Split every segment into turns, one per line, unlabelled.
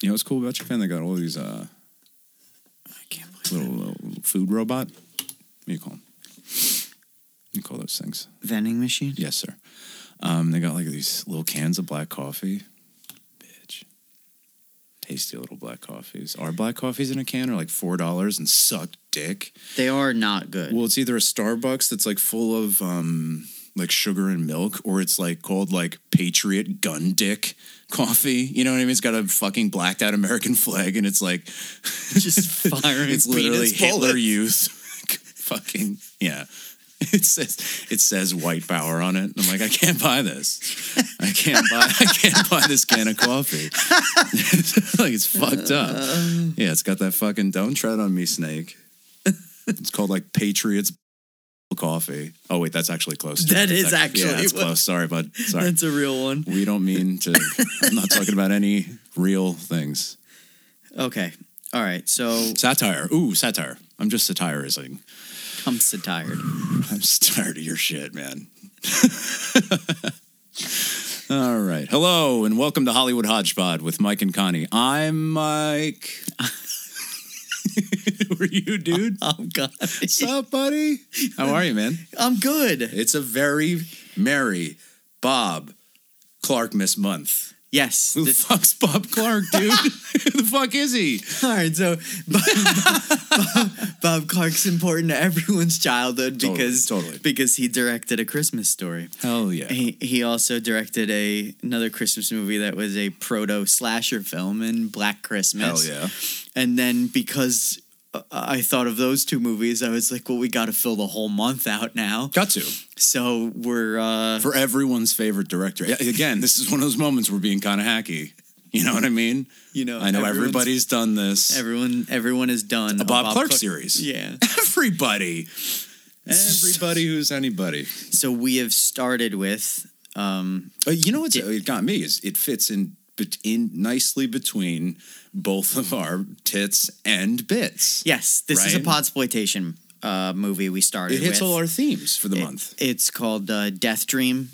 You know what's cool about Japan? They got all these uh,
I can't believe
little, little food robot. What do you call them? You call those things?
vending machine.
Yes, sir. Um, they got like these little cans of black coffee. Bitch. Tasty little black coffees. Our black coffees in a can are like $4 and suck dick.
They are not good.
Well, it's either a Starbucks that's like full of um, like sugar and milk, or it's like called like Patriot Gun Dick coffee. You know what I mean? It's got a fucking blacked out American flag, and it's like
Just firing
It's literally
penis
Hitler
bullets.
Youth. fucking yeah. It says it says white power on it. I'm like, I can't buy this. I can't buy I can't buy this can of coffee. like it's fucked up.
Uh.
Yeah, it's got that fucking don't tread on me snake. It's called like Patriots coffee. Oh wait, that's actually close. To
That
it.
is
That's ac- yeah,
actually
that's
what-
close. Sorry, bud. Sorry.
That's a real one.
we don't mean to. I'm not talking about any real things.
Okay. All right. So
Satire. Ooh, satire. I'm just satirizing.
I'm so tired.
I'm just tired of your shit, man. All right. Hello and welcome to Hollywood Hodgepod with Mike and Connie. I'm Mike. Were you, dude?
Oh God.
What's up, buddy? How are you, man?
I'm good.
It's a very merry Bob Clark Miss Month.
Yes.
Who the
this-
fuck's Bob Clark, dude? Who the fuck is he?
all right. So Bob, Bob Clark's important to everyone's childhood
Totally,
because
totally.
because he directed a Christmas story.
Hell yeah.
He he also directed a another Christmas movie that was a proto slasher film in Black
Hell
Christmas.
yeah.
And then because uh, I thought of those two movies, I was like, well, we got to fill the whole month out now.
Got to.
So we're uh,
for everyone's favorite director. Yeah, Again, this is one of those moments we're being kind of hacky. You know what I mean?
you know
I know
everyone's-
everybody's done this.
everyone everyone has done
a Bob, Clark, series.
Yeah.
Everybody. Everybody who's anybody.
So we have started with um,
Uh, you know what's it got me is it fits in bet- in nicely between both of our tits and bits.
yes, this is a
Right.
podsploitation uh, movie we started.
It hits
with.
all our themes for the month.
It's called uh, Death Dream,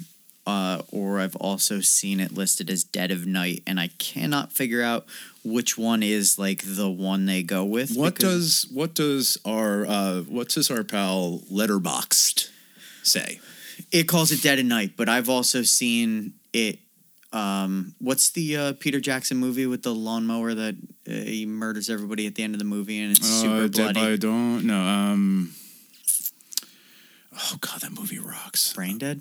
uh, or I've also seen it listed as Dead of Night, and I cannot figure out which one is like the one they go with.
What
because-
does what does our uh, what does our pal Letterboxed say?
it calls it Dead of Night? But I've also seen it. Um, what's the uh, Peter Jackson movie with the lawnmower that uh, he murders everybody at the end of the movie
Oh,
and it's super bloody?
Uh, Dawn. No. Um. Oh God, that movie rocks. Mm,
Brain Dead.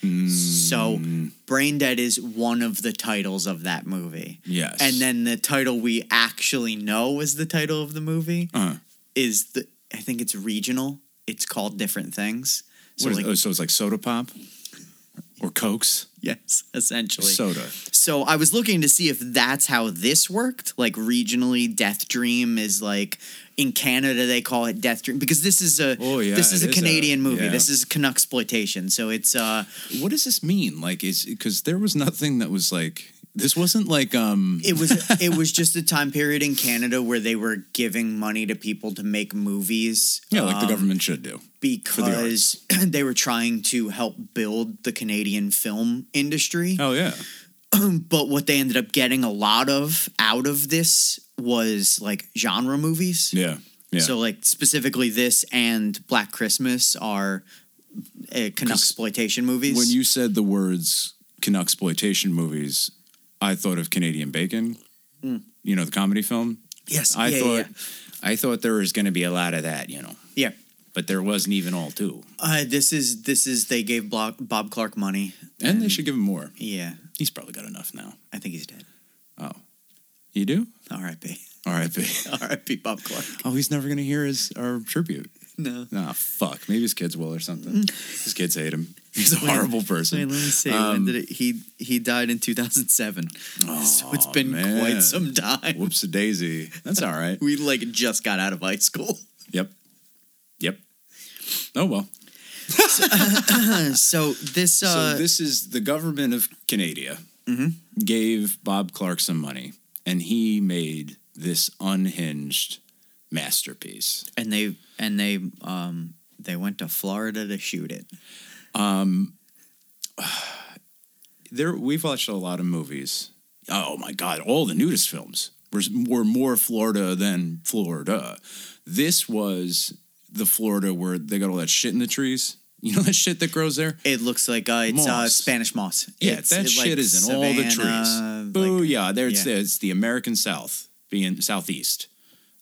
Hmm.
So, Brain Dead is one of the titles of that movie.
Yes.
And then the title we actually know is the title of the movie
Uh,
is the I think it's regional. It's called different things. So
so,
like
oh, so it's like soda pop or cokes.
yes, essentially. So,
Soda.
I was looking to see if that's how this worked. Like regionally, Death Dream is like in Canada they call it Death Dream because this is a
Oh, yeah,
this is
it
a
is a-
Canadian movie.
yeah.
This is Canuck exploitation. So it's uh
What does this mean? Like, is because there was nothing that was like this wasn't like um.
it was it was just a time period in Canada where they were giving money to people to make movies.
Yeah, like the
um,
government should do. the arts.
because they were trying to help build the Canadian film industry.
Oh yeah.
But what they ended up getting a lot of out of this was like genre movies.
Yeah. Yeah.
So like specifically this and Black Christmas are uh, exploitation movies.
when you said the words Canuck exploitation movies, I thought of Canadian Bacon. You know the comedy film. I
yes, Hmm. yeah, yeah,
thought I thought there was going to be a lot of that, you know,
yeah. yeah.
but there wasn't even all two.
Uh, this is this is they gave Blo- Bob Clark money.
And they should give him more.
Yeah,
He's probably got enough now.
I think he's dead.
You do?
R.I.P.
R.I.P.
R.I.P. Bob Clark.
Oh, he's never going to hear his our tribute. Mm.
No.
Nah, fuck. Maybe his kids will or something. his kids hate him. He's a horrible
Wait,
person.
let me see.
Um,
when did it, he he died in 2007. so it's been
man.
quite some time.
Whoops a daisy. That's all right.
We like just got out of high school.
Yep. Yep. Oh well.
so this uh
so this is the government of Canada Mm-hmm. gave Bob Clark some money, and he made this unhinged masterpiece.
and they and they um they went to Florida to shoot it.
There, we've watched a lot of movies oh my god, all the nudist films were, were more Florida than Florida. This was the Florida where they got all that shit in the trees. You know that shit that grows there.
It looks like uh, it's uh,
Moss.
Spanish moss.
Yeah,
It's-
that
it, like,
shit is in all the
savanna,
trees.
like-
Boo, yeah, there's
yeah.
it's the American South, being southeast.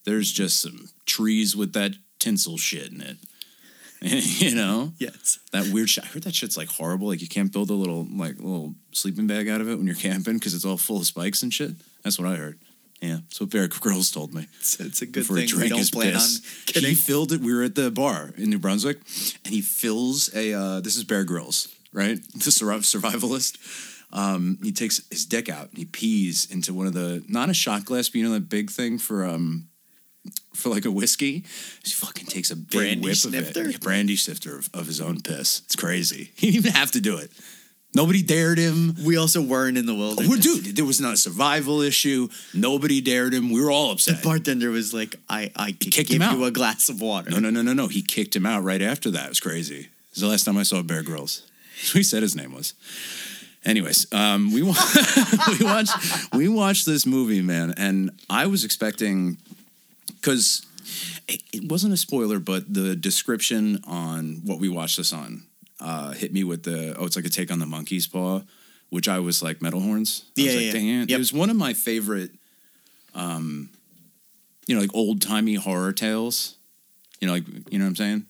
There's just some trees with that tinsel shit in it. you know
Yes.
that weird shit. I heard that shit's like horrible. Like you can't build a little like little sleeping bag out of it when you're camping because it's all full of spikes and shit. That's what I heard. Yeah, that's what Eric Grills told me.
It's, it's a good
Before
thing we don't
his
plan
piss.
on getting
He filled it. We were at the bar in New Brunswick, and he fills a. Uh, this is Bear Grylls, right? The sur- survivalist. Um, he takes his dick out and he pees into one of the not a shot glass, but you know that big thing for um for like a whiskey. He fucking takes a big
Brandy
whip of
snifter?
it, Yeah, brandy sifter of, of his own piss. It's crazy. He didn't even have to do it. Nobody dared him.
We also weren't in the wilderness.
Well, dude, there was not a survival issue. Nobody dared him. We were all
The
upset.
bartender was like, "I, I could
kicked
give
him
you
out.
a glass of water."
No, no, no, no, no. He kicked him out right after that. It was crazy. It was the last time I saw Bear Grylls. So he said his name was. Anyways, um, we wa- we watched we watched this movie, man, and I was expecting because it, it wasn't a spoiler, but the description on what we watched this on uh, hit me with the oh, it's like a take on the monkey's paw, which I was like metal horns. I
Yeah,
was like,
yeah,
Dang
yeah.
it.
Yep.
it was one of my favorite, um, you know, like old timey horror tales. You know, like you know what I'm saying.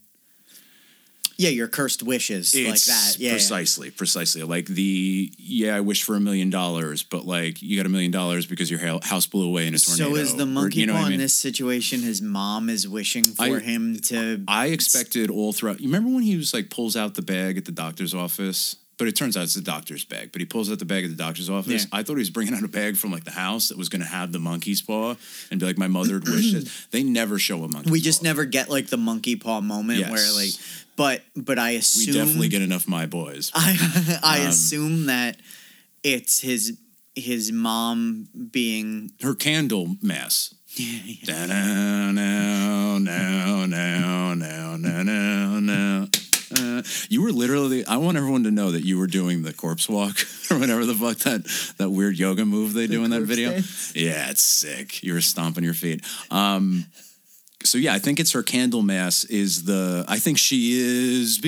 Yeah, your cursed wishes like
It's
that. Yeah, yeah.
precisely, precisely. Like the yeah, I wish for a million dollars, but like you got a million dollars because your ha- house blew away in a tornado.
So is the
or-
monkey
you know
paw
what I
in
mean?
this situation? His mom is wishing for
I-
him to.
I expected all throughout. You remember when he was like pulls out the bag at the doctor's office, but it turns out it's the doctor's bag. But he pulls out the bag at the doctor's office.
Yeah.
I thought he was bringing out a bag from like the house that was going to have the monkey's paw and be like my mother had wished it. They never show a monkey.
we just never get like the monkey paw moment where
Yes.
like, but but I
We
assume
definitely get enough my boys.
I I assume that it's his his mom being
Her candle mass. Da now now now now now now now. Uh, you were literally. I want everyone to know that you were doing the corpse walk or whatever the fuck that that weird yoga move they do in that
corpse
video. Yeah, it's sick. You were stomping your feet. Um, so yeah, I think it's her candle mass is the. I think she is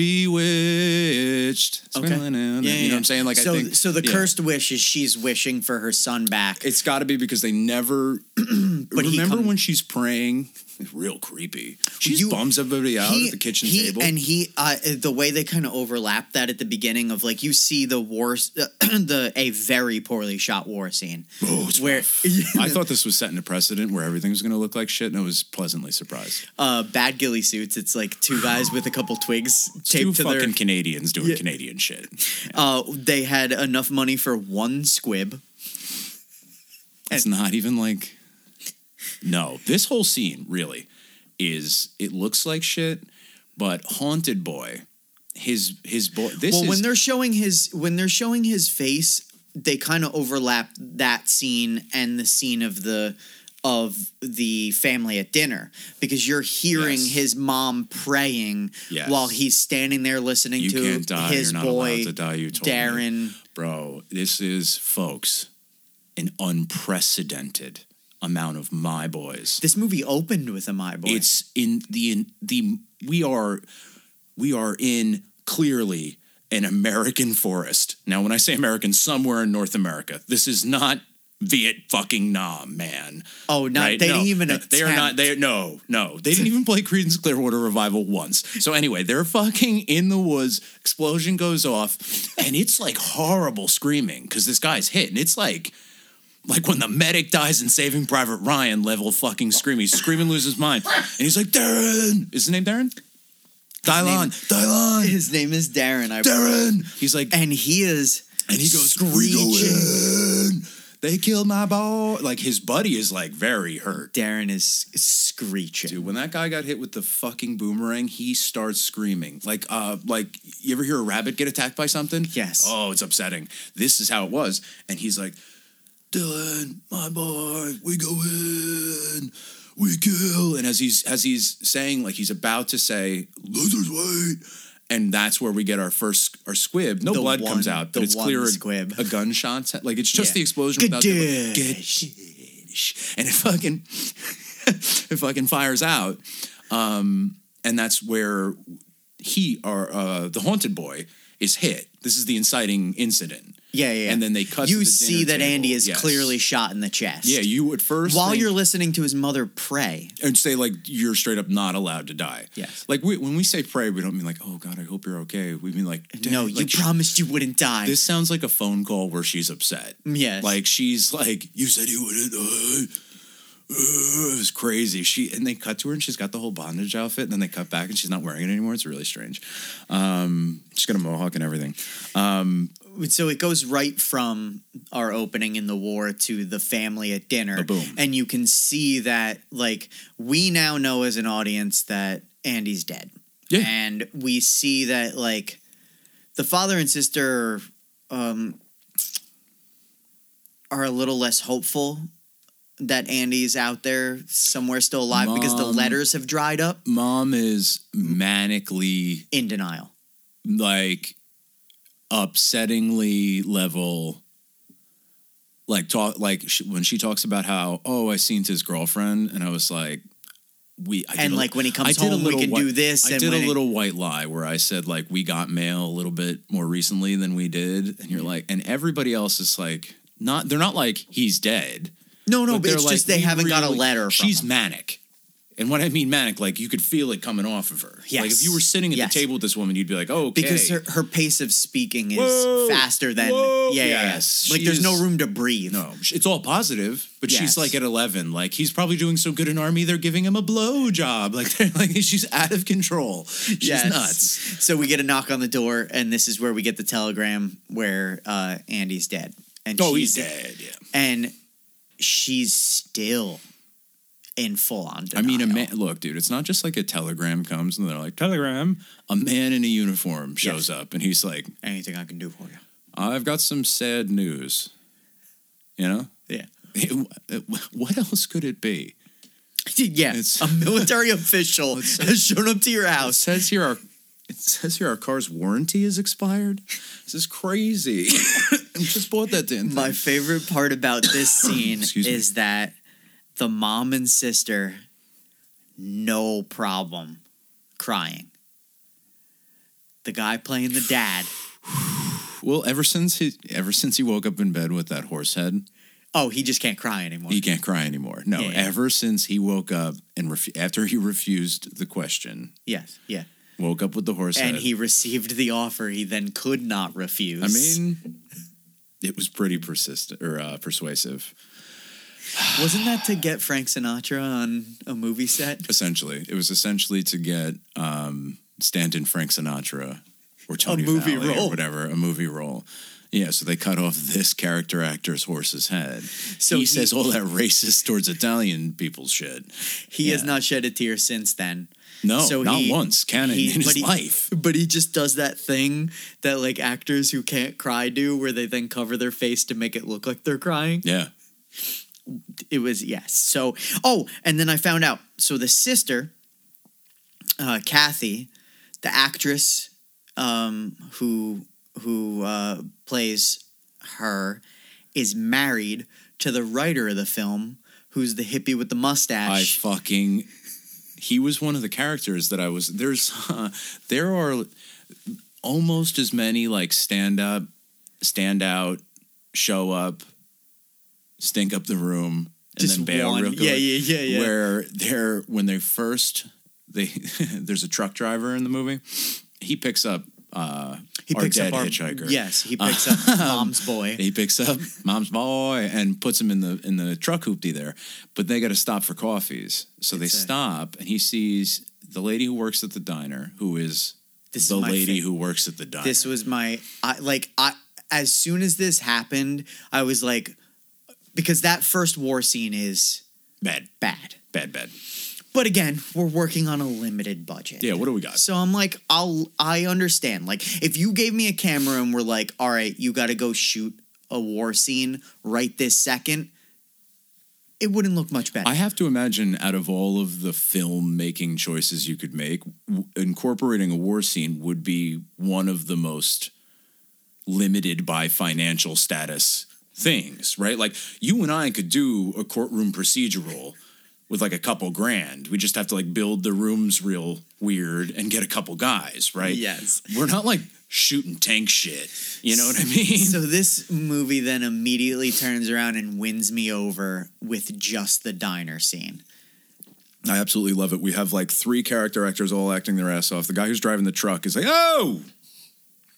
bewitched.
Okay.
You know what I'm saying? Like
so
I think
so the
yeah.
cursed wish is she's wishing for her son back.
It's got to be because they never.
he
remember
come-
when she's praying? It's real creepy. She
You-
bums everybody out
He-
at the kitchen
he-
table.
and he uh, the way they kind of overlap that at the beginning of like you see the war s- the a very poorly shot war scene
oh, it's
where
rough. I thought this was setting a precedent where everything was going to look like shit, and I was pleasantly surprised.
uh, bad ghillie suits it's like two guys with a couple twigs
Two
taped to
fucking
their
Canadians doing Canadian shit.
uh, they had enough money for one squib
It's not even like. No, this whole scene really is. It looks like shit, but haunted boy. His his boy. This
well
is
when they're showing his when they're showing his face they kind of overlap that scene and the scene of the of the family at dinner because you're hearing
Yes.
his mom praying
Yes.
while he's standing there listening
you
to
can't die.
his
You're not
boy
allowed to die. You told me.
Darren
Bro, this is, folks, an unprecedented amount of my boys.
this movie opened with a my boy
It's in the in the we are we are in clearly an American forest. Now, when I say American, somewhere in North America, this is not Viet fucking Nam, man.
oh no
Right?
they
No,
didn't even
no, They are not.
attempt.
They no, no. They didn't even play Creedence Clearwater Revival once. So anyway, they're fucking in the woods. Explosion goes off, and it's like horrible screaming because this guy's hit, and it's like. Like when the medic dies in Saving Private Ryan, level fucking scream. He's screaming, loses his mind, and he's like, "Darren!" Is his name Darren? Dylan, Dylan,
his name is Darren I
Darren. He's like,
and he is
and he goes,
screeching
"Darren, they killed my boy." Like his buddy is like very hurt.
Darren is screeching
Dude, when that guy got hit with the fucking boomerang, he starts screaming. Like uh like you ever hear a rabbit get attacked by something?
Yes.
Oh, it's upsetting. This is how it was. And he's like, Dylan, my boy, we go in. We kill. And as he's as he's saying, like he's about to say, Losers wait. and that's where we get our first our squib. No
The
blood comes
one-
out, but
the
it's
one
clear a-
squib.
a gunshot. sound. Like it's just
Yeah.
the explosion
Good
without the
dish.
good dish. and it fucking it fucking fires out. Um, and that's where he or uh, the haunted boy is hit. This is the inciting incident.
Yeah, yeah. yeah.
And then they cut to
You
the
see
dinner
that
table.
Andy is
Yes.
clearly shot in the chest.
Yeah, you at first
While
think-
you're listening to his mother pray.
and say like you're straight up not allowed to die.
Yes.
Like we, when we say pray, we don't mean like oh god, I hope you're okay. We mean like "Dad,"
no, you
like,
promised you wouldn't die.
This sounds like a phone call where she's upset.
yes.
Like she's like you said you wouldn't. Uh, uh, it was crazy. She and they cut to her and she's got the whole bondage outfit. And then they cut back and she's not wearing it anymore. It's really strange. Um, she's got a mohawk and everything. Um,
so it goes right from our opening in the war to the family at dinner
Ba-boom.
and you can see that like we now know as an audience that andy's dead
Yeah.
and we see that like the father and sister um are a little less hopeful that andy's out there somewhere still alive because the
Mom.
letters have dried up
Mom is manically
in denial
like upsettingly level like talk like she, when she talks about how oh i seen his girlfriend and i was like we I did
and
a-
like when he comes
I did a
home we
little
can
whi-
do this
i
and
did
when
a
it-
little white lie where i said like we got mail a little bit more recently than we did and you're like and everybody else is like not they're not like he's dead
no no
but
but
they're
it's
like,
just they
we
haven't got a
really-
letter from
she's
him.
manic and when i mean manic like you could feel it coming off of her like if
Yes.
you were sitting at
Yes.
the table with this woman you'd be like oh okay.
because her, her pace of speaking is
Whoa.
faster than
Whoa.
yeah, yeah, yeah.
Yes.
like
She
there's no
is-
room to breathe
No, sh- it's all positive, but
Yes.
she's like at 11. Like, he's probably doing so good in Army, they're giving him a blow job. Like, they're, like she's out of control. She's
Yes.
nuts.
so we get a knock on the door and this is where we get the telegram where uh andy's dead and
Oh,
she's
he's dead. Yeah.
and she's still in full on
I
denial.
mean, a man, look, dude, it's not just like a telegram comes and they're like, telegram. A man in a uniform shows up and he's like,
anything i can do for you
I've got some sad news. You know?
yeah
It- it- what else could it be?
yeah
It's-
a military official has shown up to your
Oh, It
house
says here our it says here our car's warranty is expired. This is crazy. I just bought that damn
My
thing.
favorite part about this scene
Excuse me.
is that the mom and sister, no problem crying. The guy playing the dad.
Well, ever since he ever since he woke up in bed with that horse head,
Oh, he just can't cry anymore.
he can't cry anymore. No,
Yeah, yeah.
ever since he woke up and refu- after he refused the question,
yes, yeah.
woke up with the horse
And
head.
he received the offer he then could not refuse.
I mean, it was pretty persistent or uh, persuasive.
wasn't that to get Frank Sinatra on a movie set?
Essentially, it was essentially to get um, Stanton Frank Sinatra or Tony
movie
Valley
role.
or whatever a movie role. Yeah, so they cut off this character actor's horse's head.
So
So he,
he-
says all that racist towards Italian people shit.
He has
Yeah.
not shed a tear since then.
No,
So
not
he-
once. Canon
he-
in his
but he-
life.
But he just does that thing that like actors who can't cry do where they then cover their face to make it look like they're crying.
Yeah.
It was yes. So oh, and then I found out. So the sister, uh, Kathy, the actress um, who who uh, plays her, is married to the writer of the film, who's the hippie with the
I
mustache.
fucking. He was one of the characters that I was. There's. Uh, there are almost as many like stand up, stand out, show up, stink up the room, and then bail real quick.
yeah, yeah, yeah, yeah.
Where they're when they first they there's a truck driver in the movie. He picks up. Uh,
he
our
picks
dead
up our
hitchhiker.
Yes, he picks up mom's boy.
He picks up mom's boy and puts him in the in the truck hoopty there. But they got to stop for coffees, so they
It's a-
stop, and he sees the lady who works at the diner, who is
This is
the
my
lady
fa-
who works at the diner.
this was my I, like I as soon as this happened, I was like because that first war scene is
bad,
bad.
bad, bad.
But again, we're working on a limited budget.
Yeah, what do we got?
So I'm like, I'll I understand. Like if you gave me a camera and we're like, all right, you gotta go shoot a war scene right this second, it wouldn't look much better.
I have to imagine out of all of the filmmaking choices you could make, w- incorporating a war scene would be one of the most limited by financial status things, right? Like you and I could do a courtroom procedural with like a couple grand. We just have to like build the rooms real weird and get a couple guys, right?
Yes.
We're not like shooting tank shit. You know what I mean?
so this movie then immediately turns around and wins me over with just the diner scene.
I absolutely love it. We have like three character actors all acting their ass off. The guy who's driving the truck is like, oh,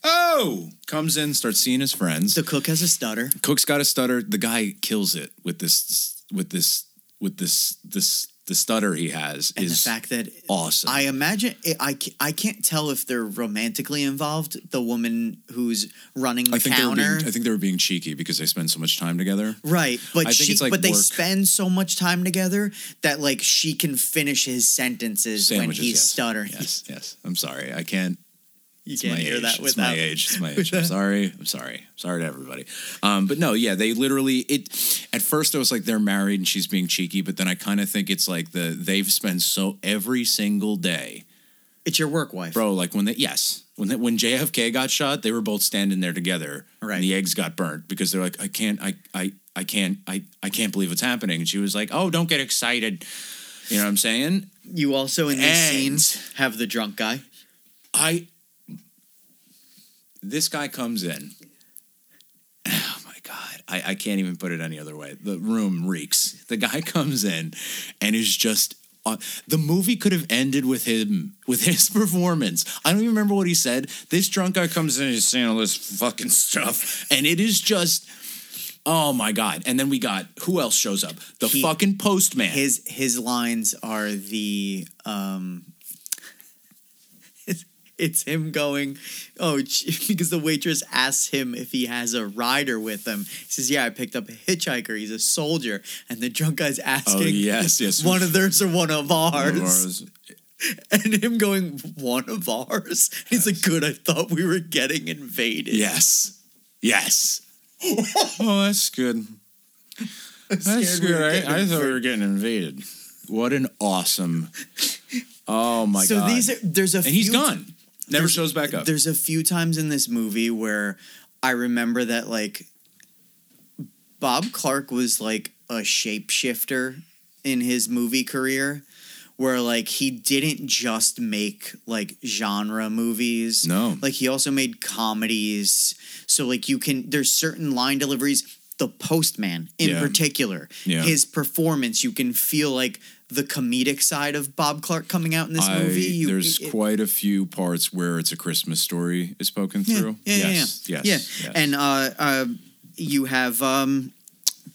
oh, comes in, starts seeing his friends.
The cook has a stutter.
Cook's got a stutter. The guy kills it with this, with this, with this, this, the stutter he has
And
is
the fact that
awesome.
I imagine it, I ca- I can't tell if they're romantically involved. The woman who's running the
I think they were
counter,
being, I think they were being cheeky because they spend so much time together.
right? But
I think
she,
it's like
but they
work.
spend so much time together that like she can finish his sentences
Sandwiches,
when he's
yes.
stuttering.
Yes, yes. I'm sorry, I can't.
You
It's
can't
my
hear
age.
that
it's
without.
my age. It's my age. I'm sorry. I'm sorry. Sorry to everybody. Um, but no, yeah, they literally it at first I was like they're married and she's being cheeky, but then I kind of think it's like the they've spent so every single day.
It's your work wife,
Bro, like when they yes, when they, when JFK got shot, they were both standing there together.
Right.
And the eggs got burnt because they're like I can't I I I can't I I can't believe what's happening. And she was like, "Oh, don't get excited." You know what I'm saying?
You also in these
And-
scenes have the drunk guy.
I this guy comes in. Oh my god. I, I can't even put it any other way. The room reeks. The guy comes in and is just uh, the movie could have ended with him with his performance. I don't even remember what he said. This drunk guy comes in and is saying all this fucking stuff. And it is just Oh my god. And then we got who else shows up? The
He-
fucking postman.
His his lines are the um it's, it's him going oh ch- because the waitress asks him if he has a rider with him. He says, "Yeah, I picked up a hitchhiker. He's a soldier." And the drunk guy's
oh
asking
yes, yes.
One of theirs or one of
One of
ours, and him going one of ours. He's like, "Good, I thought we were getting invaded."
Yes. Yes. oh, that's good. That's
scared we
good.
were
I, I
getting
thought we were getting invaded. What an awesome. Oh my
so
god.
these are there's a
and he's
few
gone. Never
there's-
shows back up.
There's a few times in this movie where I remember that like Bob Clark was like a shapeshifter in his movie career where like he didn't just make like genre movies.
No.
Like he also made comedies. So like you can there's certain line deliveries the postman in
Yeah.
particular
Yeah.
his performance you can feel like the comedic side of bob clark coming out in this
I-
movie you,
there's
it-
quite a few parts where it's a Christmas story is spoken through.
Yeah, yeah,
yes,
yeah.
yes.
Yeah.
yes.
And uh, uh, you have um,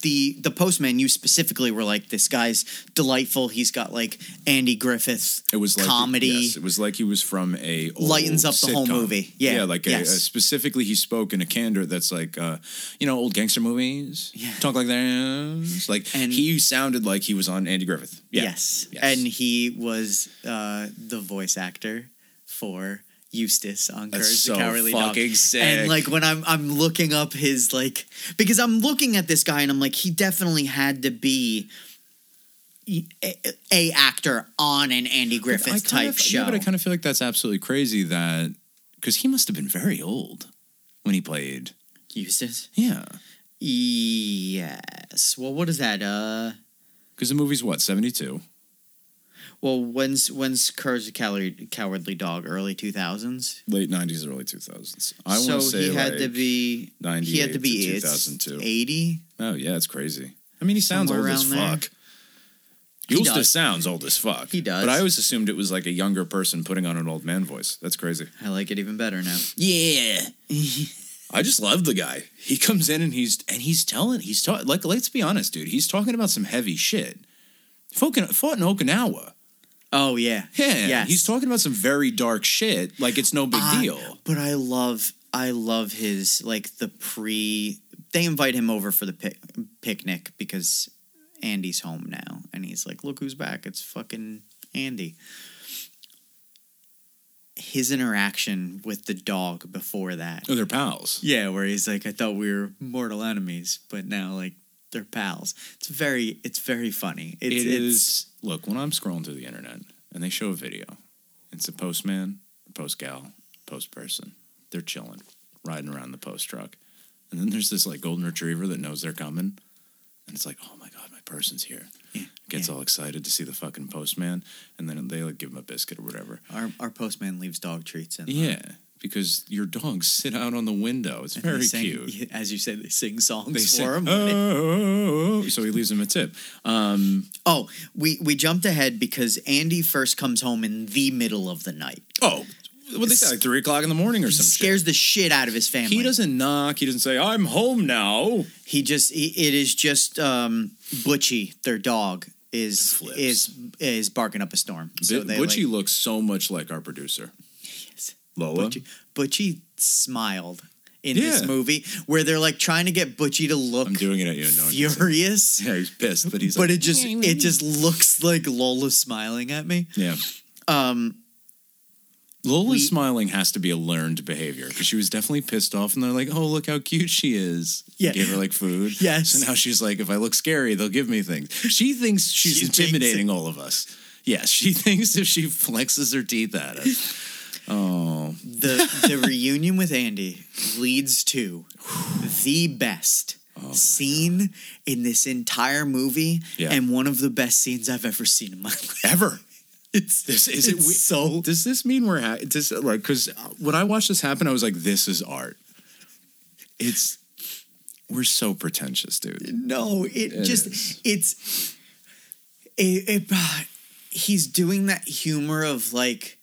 the the postman. You specifically were like, this guy's delightful. He's got like Andy Griffith.
it was like
comedy.
Yes, it was like he was from a old
Lightens up the whole
sitcom.
movie. Yeah,
like a,
yes.
a- specifically, he spoke in a candor that's like, uh, you know, old gangster movies.
Yeah.
talk like that. Like
And-
he sounded like he was on Andy Griffith. Yeah.
Yes.
Yes.
and he was uh, the voice actor for. Eustace on
That's
Courage
so
the Cowardly
fucking
Dog,
sick.
and like when I'm I'm looking up his like because I'm looking at this guy and I'm like he definitely had to be e- a, a actor on an Andy
But I
Griffith
kind
type
of-
show.
Yeah, but I kind of feel like that's absolutely crazy that because he must have been very old when he played.
Eustace.
Yeah,
Yes. Well, what is that? Uh,
because the movie's what seventy two.
well, when's when's Courage the Cowardly, Cowardly Dog? Early two thousands.
Late nineties, early two thousands. I
so
want to say
he had
like,
to be he
98
had to
to
be it's
2002.
eighty.
Oh yeah, it's crazy. I mean, he sounds
Somewhere
old as
around there.
fuck.
He
Eustace
does.
sounds old as fuck.
He does.
But I always assumed it was like a younger person putting on an old man voice. That's crazy.
I like it even better now.
Yeah. I just love the guy. He comes in and he's and he's telling he's talking like let's be honest, dude. He's talking about some heavy shit. Fought in, fought in Okinawa.
Oh yeah,
Yeah,
Yes.
he's talking about some very dark shit. Like it's no big
Ah,
deal.
But I love I love his like the pre. They invite him over for the pic- picnic because Andy's home now, and he's like, "Look who's back! It's fucking Andy." His interaction with the dog before that,
Oh, they're pals.
yeah, where he's like, "I thought we were mortal enemies, but now like they're pals. It's very it's very funny. It's,
It
it's,
is. Look, when I'm scrolling through the internet and they show a video, it's a postman, a post gal, post person. They're chilling, riding around the post truck. And then there's this like golden retriever that knows they're coming. And it's like, oh my God, my person's here.
Yeah,
Gets
yeah.
all excited to see the fucking postman. And then they like give him a biscuit or whatever.
our our postman leaves dog treats in. the-
Yeah. Because your dogs sit out on the window. It's
and they
very
sing-
cute.
As you said, they sing songs
They
for
say,
him.
"Oh, oh, oh," so he leaves him a tip. Um,
Oh, we we jumped ahead because Andy first comes home in the middle of the night.
oh, what they say, like three o'clock in the morning or some shit.
scares the shit out of his family.
He doesn't knock. He doesn't say, "I'm home now."
He just he, it is just um Butchie, their dog, is
Flips.
is is barking up a storm.
So
they,
Butchie
like-
looks so much like our producer, Lola.
Butchie, Butchie smiled in this
Yeah.
movie where they're like trying to get Butchie to look
I'm doing it at you. No, one can see.
furious,
yeah, he's pissed, but he's
but
like,
it just it just looks like Lola smiling at me.
yeah.
Um,
Lola's
we-
smiling has to be a learned behavior because she was definitely pissed off, and they're like, "Oh, look how cute she is."
Yeah.
gave her like food.
Yes.
So now she's like, "If I look scary, they'll give me things." She thinks she's,
She's being
intimidating all of us. Yes, she thinks if she flexes her teeth at us. Oh,
the the reunion with Andy leads to the best
Oh
scene in this entire movie
Yeah.
and one of the best scenes I've ever seen in my life.
ever.
It's
This is it.
it's
we-
so
Does this mean we're ha- does like because when I watched this happen, I was like, "This is art." It's we're so pretentious, dude.
no, it,
It
just
is.
it's it, it he's doing that humor of like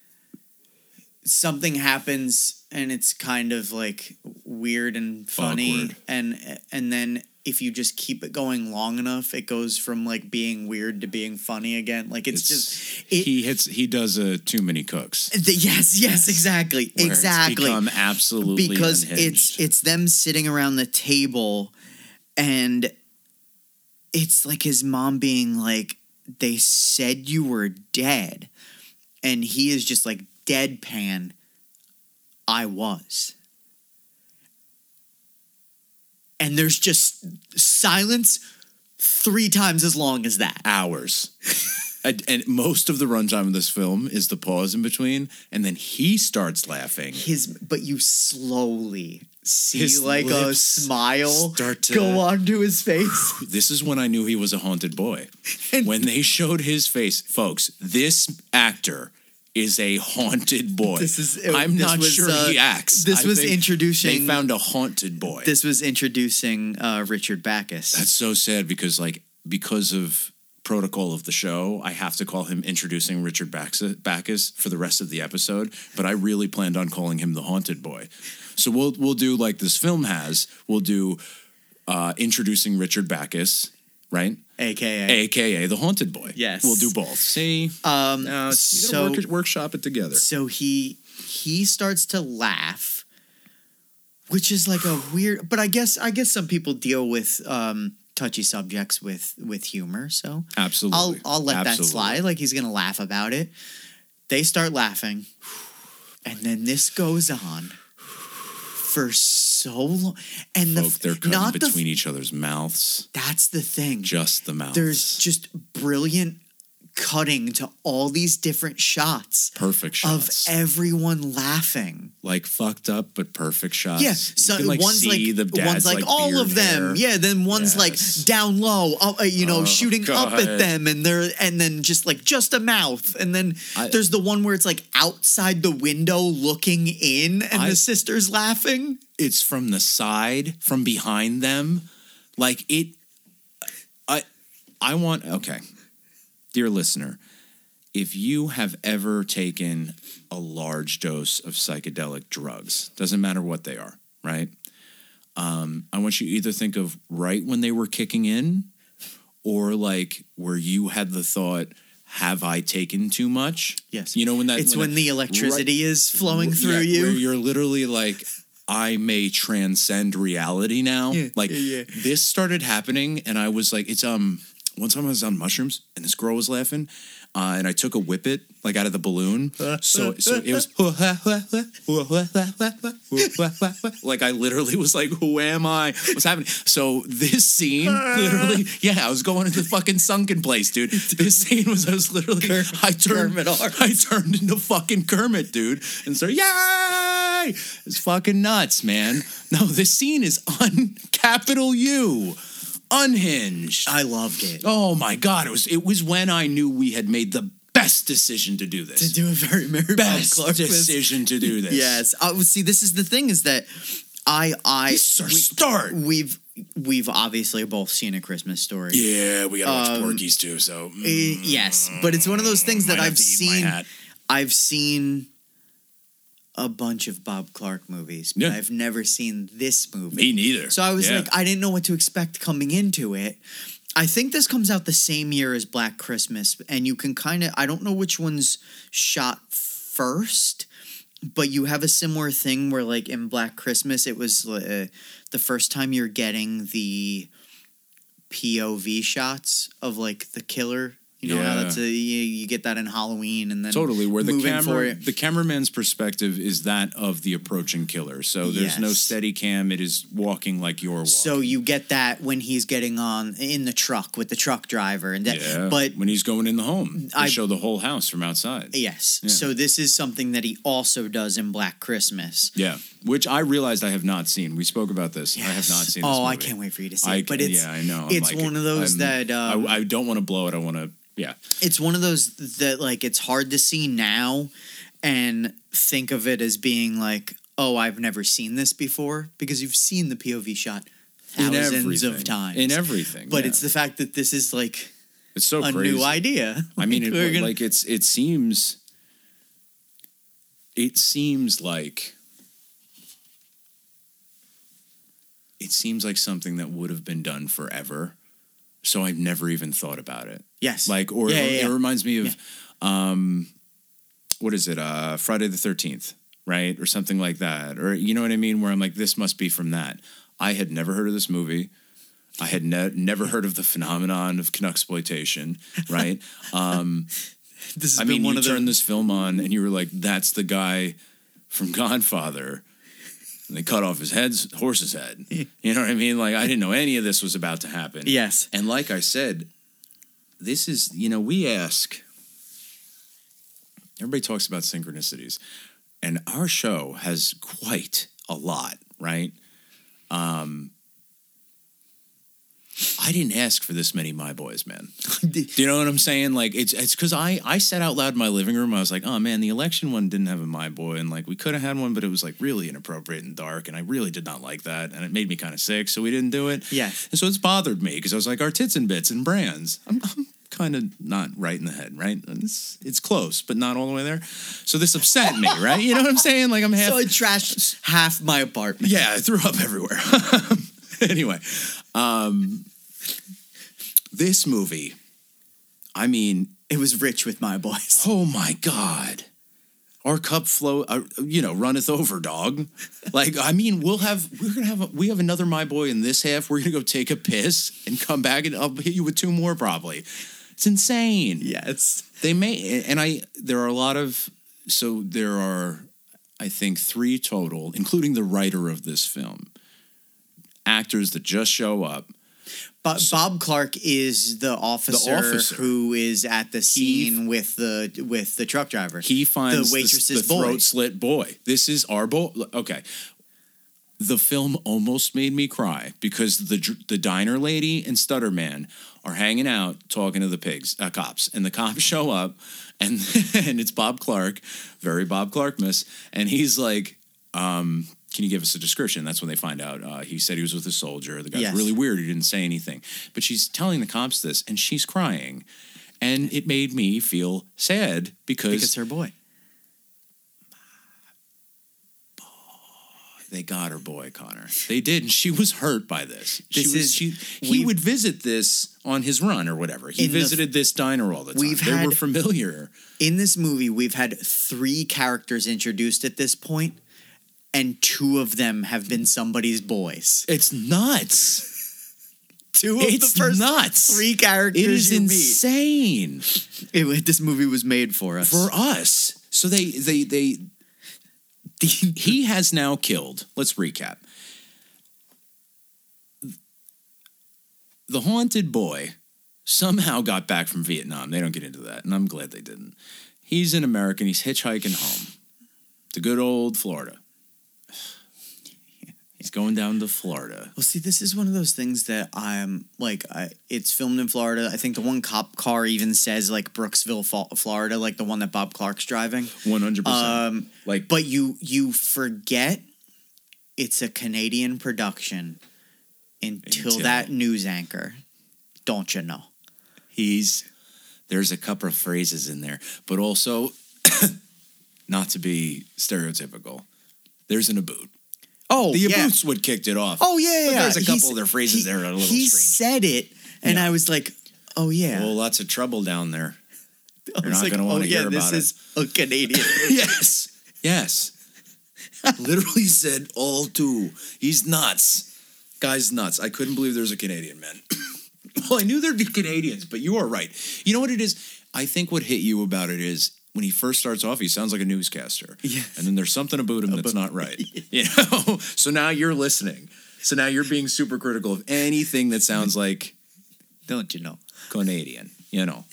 something happens and it's kind of like weird and funny
Awkward.
and and then if you just keep it going long enough it goes from like being weird to being funny again like it's, just it
he hits. He does a too many cooks.
the- yes yes exactly
where it's
exactly
become absolutely
because
unhinged.
it's it's them sitting around the table and it's like his mom being like they said you were dead and he is just like deadpan i was and there's just silence three times as long as that
hours. and, and most of the runtime of this film is the pause in between, and then he starts laughing.
his but you slowly see
His
like a
lips
smile
start to-
go onto his face
This is when I knew he was a haunted boy. when they showed his face, folks, this actor is a haunted boy.
This is- uh,
I'm
this
not
was,
sure
uh,
he acts.
this was
think
introducing-
They found a haunted boy.
This was introducing uh, Richard Backus.
That's so sad because, like, because of protocol of the show, I have to call him introducing Richard Backus, Backus for the rest of the episode. But I really planned on calling him the Haunted Boy. So we'll we'll do like this film has. We'll do uh, introducing Richard Backus, right?
AKA.
AKA the Haunted Boy.
Yes.
we'll do both. See,
um,
Now, you gotta
so
work it- workshop it together.
so he he starts to laugh, which is like a weird. But I guess I guess some people deal with um, touchy subjects with with humor. So I'll
Absolutely,
I'll let that
Absolutely.
slide. Like he's gonna laugh about it. They start laughing, and then this goes on for so long. And
Folk, they're
the f-
cutting
not the f-
between each other's mouths,
that's the thing.
just the mouths.
there's just brilliant cutting to all these different shots,
perfect
of e-
shots.
everyone laughing.
like fucked up but perfect shots.
Yeah,
You
so
can, like,
one's like
see the dad's,
one's like, all
beard
of them.
hair.
Yeah, then one's
Yes.
like down low, up, uh, you know,
Oh,
shooting up at
God.
them, and they're and then just like just a mouth, and then
I-
there's the one where it's like outside the window looking in, and
I-
the sister's laughing.
It's from the side, from behind them. Like it I I want okay. Dear listener, if you have ever taken a large dose of psychedelic drugs, doesn't matter what they are, right? Um, I want you to either think of right when they were kicking in or like where you had the thought, have I taken too much?
Yes.
You know when that
It's when the electricity is flowing
Wh-
through
yeah,
you.
Where you're literally like, I may transcend reality now.
Yeah,
like
yeah, yeah.
this started happening, and I was like, it's um, one time I was on mushrooms and this girl was laughing, uh, and I took a whippet like out of the balloon. So so it was like I literally was like, "Who am I? What's happening?" So this scene, literally, yeah, I was going into the fucking sunken place, dude. This scene was I was literally I turned
Kermit R.
I turned into fucking Kermit, dude, and started yay! It's fucking nuts, man. No, this scene is un capital U, unhinged.
I loved it.
Oh my god, it was it was when I knew we had made the best decision to do
To
this.
do a very Mary Bob
best
Clark was-
decision to do this.
Yes. Oh, see, this is the thing is that I I
This is our start.
we've we've obviously both seen a Christmas story.
Yeah, we gotta watch Porky's too, so
Uh, yes, but it's one of those things Um, that
Might have
I've
to eat my
seen.
hat.
I've seen a bunch of Bob Clark movies, but
Yeah.
I've never seen this movie.
me neither.
So I was
Yeah.
like, I didn't know what to expect coming into it. I think this comes out the same year as Black Christmas, and you can kind of, I don't know which one's shot first, but you have a similar thing where, like, in Black Christmas, it was uh, the first time you're getting the POV shots of, like, the killer. You know how
Yeah.
that's a, you, you get that in Halloween, and then
Totally, where the
moving
camera,
forward-
the cameraman's perspective is that of the approaching killer. So there's no
Yes.
steady cam; it is walking like you're walking.
So you get that when he's getting on in the truck with the truck driver, and that.
yeah.
But
when he's going in the home, they
I-
show the whole house from outside.
Yes.
Yeah.
So this is something that he also does in Black Christmas.
Yeah, which I realized I have not seen. We spoke about this. I have not seen.
Oh,
this
I
movie.
can't wait for you to see
I
it. But
can-
it's
yeah, I know. I'm
it's
like,
one of those
I'm-
that um,
I, I don't want to blow it. I want to. Yeah,
it's one of those that like it's hard to see now and think of it as being like, oh, I've never seen this before because you've seen the POV shot
In
thousands
everything.
of times
in everything.
But
yeah.
it's the fact that this is like
it's so
a
crazy.
new idea.
I mean, it,
We're gonna-
like it's it seems. It seems like. It seems like something that would have been done forever, so I've never even thought about it.
yes,
Like, or
Yeah,
it,
yeah, yeah.
reminds me of, um, what is it? Uh, Friday the Thirteenth, right, or something like that, or you know what I mean? Where I'm like, this must be from that. I had never heard of this movie. I had ne- never heard of the phenomenon of exploitation, right?
this has
I
been
mean,
one
you
of
turned
the
this film on and you were like, "That's the guy from Godfather." And they cut off his head's horse's head. You know what I mean? Like I didn't know any of this was about to happen.
yes,
And like I said, this is, you know, we ask, everybody talks about synchronicities, and our show has quite a lot, right? Um, I didn't ask for this many My Boys, man. Do you know what I'm saying? Like, it's it's because I, I said out loud in my living room, I was like, oh man, the election one didn't have a My Boy. And like, we could have had one, but it was like really inappropriate and dark. And I really did not like that. And it made me kind of sick. So we didn't do it.
yes,
And so it's bothered me because I was like, our tits and bits and brands. I'm, I'm kind of not right in the head, right? And It's, it's close, but not all the way there. So this upset me, right? You know what I'm saying? Like I'm half.
so it trashed half my apartment.
yeah, I threw up everywhere. anyway, um, this movie, I mean,
It was rich with my boys.
oh my god our cup flow uh, you know runneth over dog like i mean we'll have we're gonna have a, we have another my boy in this half we're gonna go take a piss and come back and i'll hit you with two more probably it's insane
Yes.
they may and i there are a lot of so there are i think three total including the writer of this film actors that just show up
But Bob Clark is the officer,
officer.
who is at the scene with the with the truck driver.
He finds
The waitress's
this- the,
boy.
throat slit boy. This is our boy. Okay. The film almost made me cry because the dr- the diner lady and Stutter Man are hanging out talking to the pigs, uh, cops, and the cops show up, and and it's Bob Clark, very Bob Clarkmas, and he's like, um, "Can you give us a description?" That's when they find out uh, he said he was with a soldier. The guy's
Yes.
really weird. He didn't say anything, but she's telling the cops this, and she's crying, and it made me feel sad
Like it's her boy.
They got her boy, Connor. They did, and she was hurt by this. She
This
was,
is-
she. He
we've-
would visit this on his run or whatever. He
In the-
visited this diner all the time.
We've
they were
had-
familiar.
In this movie, we've had three characters introduced at this point, and two of them have been somebody's boys.
It's nuts.
two of
It's
the first
nuts.
three characters
It is
you
insane
meet. It was- this movie was made for us.
for us. So they they they he has now killed. Let's recap. The haunted boy somehow got back from Vietnam. They don't get into that, and I'm glad they didn't. He's an American. He's hitchhiking home to good old Florida. He's going down to Florida.
well, see, this is one of those things that I'm like, I, it's filmed in Florida. I think the one cop car even says like Brooksville, Fa- Florida, like the one that Bob Clark's driving.
100%.
Um,
like
but you you forget it's a Canadian production until,
Until-
that news anchor, don't you know?
he's there's a couple of phrases in there, but also not to be stereotypical. There's an aboot.
Oh,
The
yeah.
aboot's what kicked it off.
Oh yeah, yeah.
But
yeah.
there's a couple
He's-
of their phrases
he-
there that are a little
He
strange.
said it, and
Yeah.
I was like, "Oh yeah."
Well, lots of trouble down there.
I was
not
like,
gonna wanna
"Oh yeah,
hear
this
about it."
is a Canadian."
yes. Yes. Literally said all two. He's nuts. Guy's nuts. I couldn't believe there's a Canadian man. well, I knew there'd be Canadians, but you are right. You know what it is? I think what hit you about it is when he first starts off, he sounds like a newscaster.
Yeah.
And then there's something about him that's not right. You know? So now you're listening. So now you're being super critical of anything that sounds like
Don't you know?
Canadian, you know.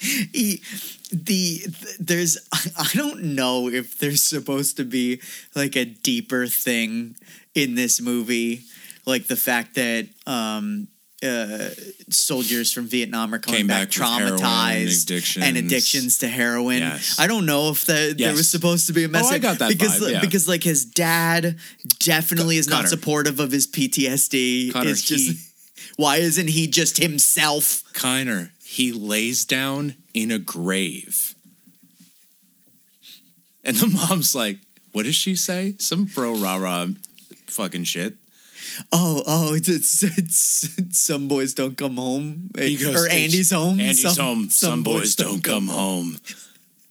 He, E, the th- there's I I don't know if there's supposed to be like a deeper thing in this movie, like the fact that um uh soldiers from Vietnam are coming
Came
back,
back with heroin,
traumatized and
addictions.
addictions to heroin.
Yes.
I don't know if that there
Yes. Oh,
was supposed to be a
I
message
got that
because
vibe, yeah.
because like his dad definitely is not
Cutter.
supportive of his PTSD.
Cutter,
it's just
he-
why isn't he just himself?
Kiner, he lays down in a grave. And the mom's like, what does she say? Some bro rah rah fucking shit.
Oh, oh, it's, it's, it's, it's some boys don't come home.
He goes,
or Andy's home.
Andy's
Some-
home. Some, boys, don't come home.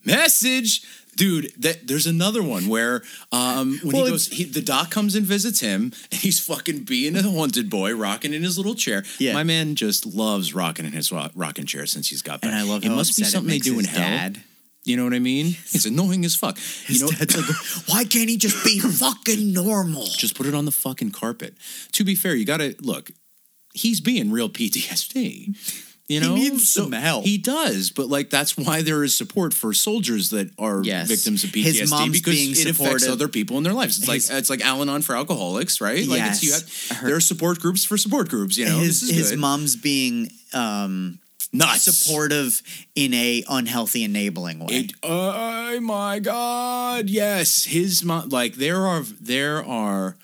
Message. Dude, that, there's another one where um, when
Well,
he goes, he, the doc comes and visits him, and he's fucking being a haunted boy, rocking in his little chair.
Yeah.
My man just loves rocking in his ro- rocking chair since he's got back.
And I love
it.
how
must be
upset it
something
makes
they do in
his
hell.
dad.
You know what I mean? It's annoying as fuck.
His
you know,
dad's like, why can't he just be fucking normal?
just put it on the fucking carpet. To be fair, you gotta look. He's being real PTSD. You know,
needs some help.
He does, but like that's why there is support for soldiers that are
Yes.
victims of PTSD
His mom's
because
being
it affects
supportive.
other people in their lives. It's
His-
like it's like Al-Anon for alcoholics, right? Like it's you
Yes.
have there are support groups for support groups. You know,
his
this is
his
good.
mom's being um,
Nuts.
supportive in a unhealthy, enabling way.
It, oh my God! Yes, his mom. Like there are there are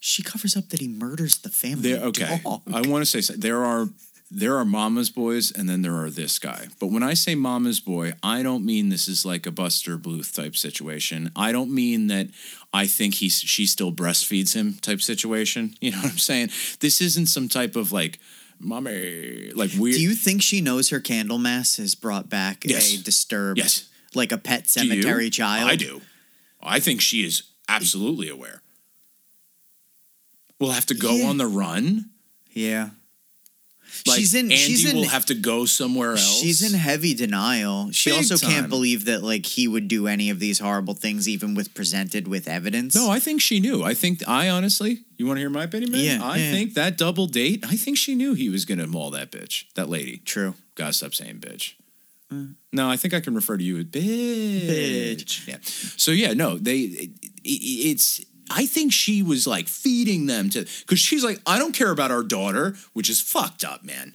she covers up that he murders the family.
There, okay. Uh,
dog.
I want to say so- there are there are mama's boys and then there are this guy. But when I say mama's boy, I don't mean this is like a Buster Bluth type situation. I don't mean that I think he's she still breastfeeds him type situation. You know what I'm saying? This isn't some type of like mommy like weird.
Do you think she knows her candle mass has brought back
Yes.
a disturbed,
Yes.
like a pet
Do you?
cemetery child?
I do. I think she is absolutely aware. We'll have to go
Yeah.
on the run.
Yeah.
Like
she's in.
Andy
she's in.
will have to go somewhere else.
She's in heavy denial. She
Big
also
time.
can't believe that like he would do any of these horrible things, even with presented with evidence.
No, I think she knew. I think I honestly, you want to hear my opinion, man?
Yeah,
I
yeah.
think that double date. I think she knew he was going to maul that bitch, that lady.
true. Mm.
Gotta stop saying bitch. No, I think I can refer to you as bitch.
Bitch.
Yeah. So yeah, no, they. It, it- it's. I think she was like feeding them to because she's like, I don't care about our daughter, which is fucked up, man.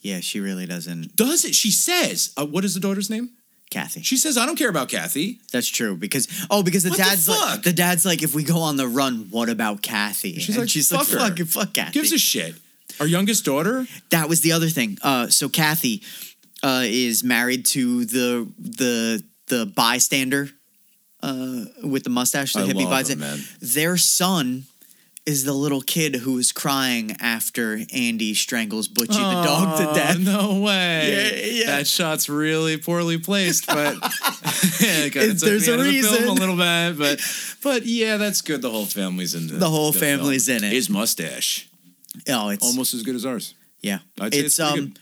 Yeah, she really doesn't,
Does it? She says, uh, what is the daughter's name?
Kathy.
She says, I don't care about Kathy.
That's true because oh, because the
What the
dad's
fuck?
like the dad's like if we go on the run, what about Kathy?
She's
And
like,
she's
"Fuck her."
like, fuck, fuck Kathy.
Gives a shit. Our youngest daughter.
that was the other thing. Uh, so Kathy uh, is married to the the the bystander uh, with the mustache, the
I
hippie
love
bystander.
him, man.
Their son is the little kid who is crying after Andy strangles Butchie the dog to
Oh,
death.
No way.
Yeah, yeah.
That shot's really poorly placed, but yeah, it kinda
It's-
took
there's
me
a
out of the film
reason.
a little bit, but but yeah, that's good. The whole family's in
The whole family's in it.
His mustache.
Oh, it's
almost as good as ours.
yeah.
I'd say
it's
it's pretty
um.
good.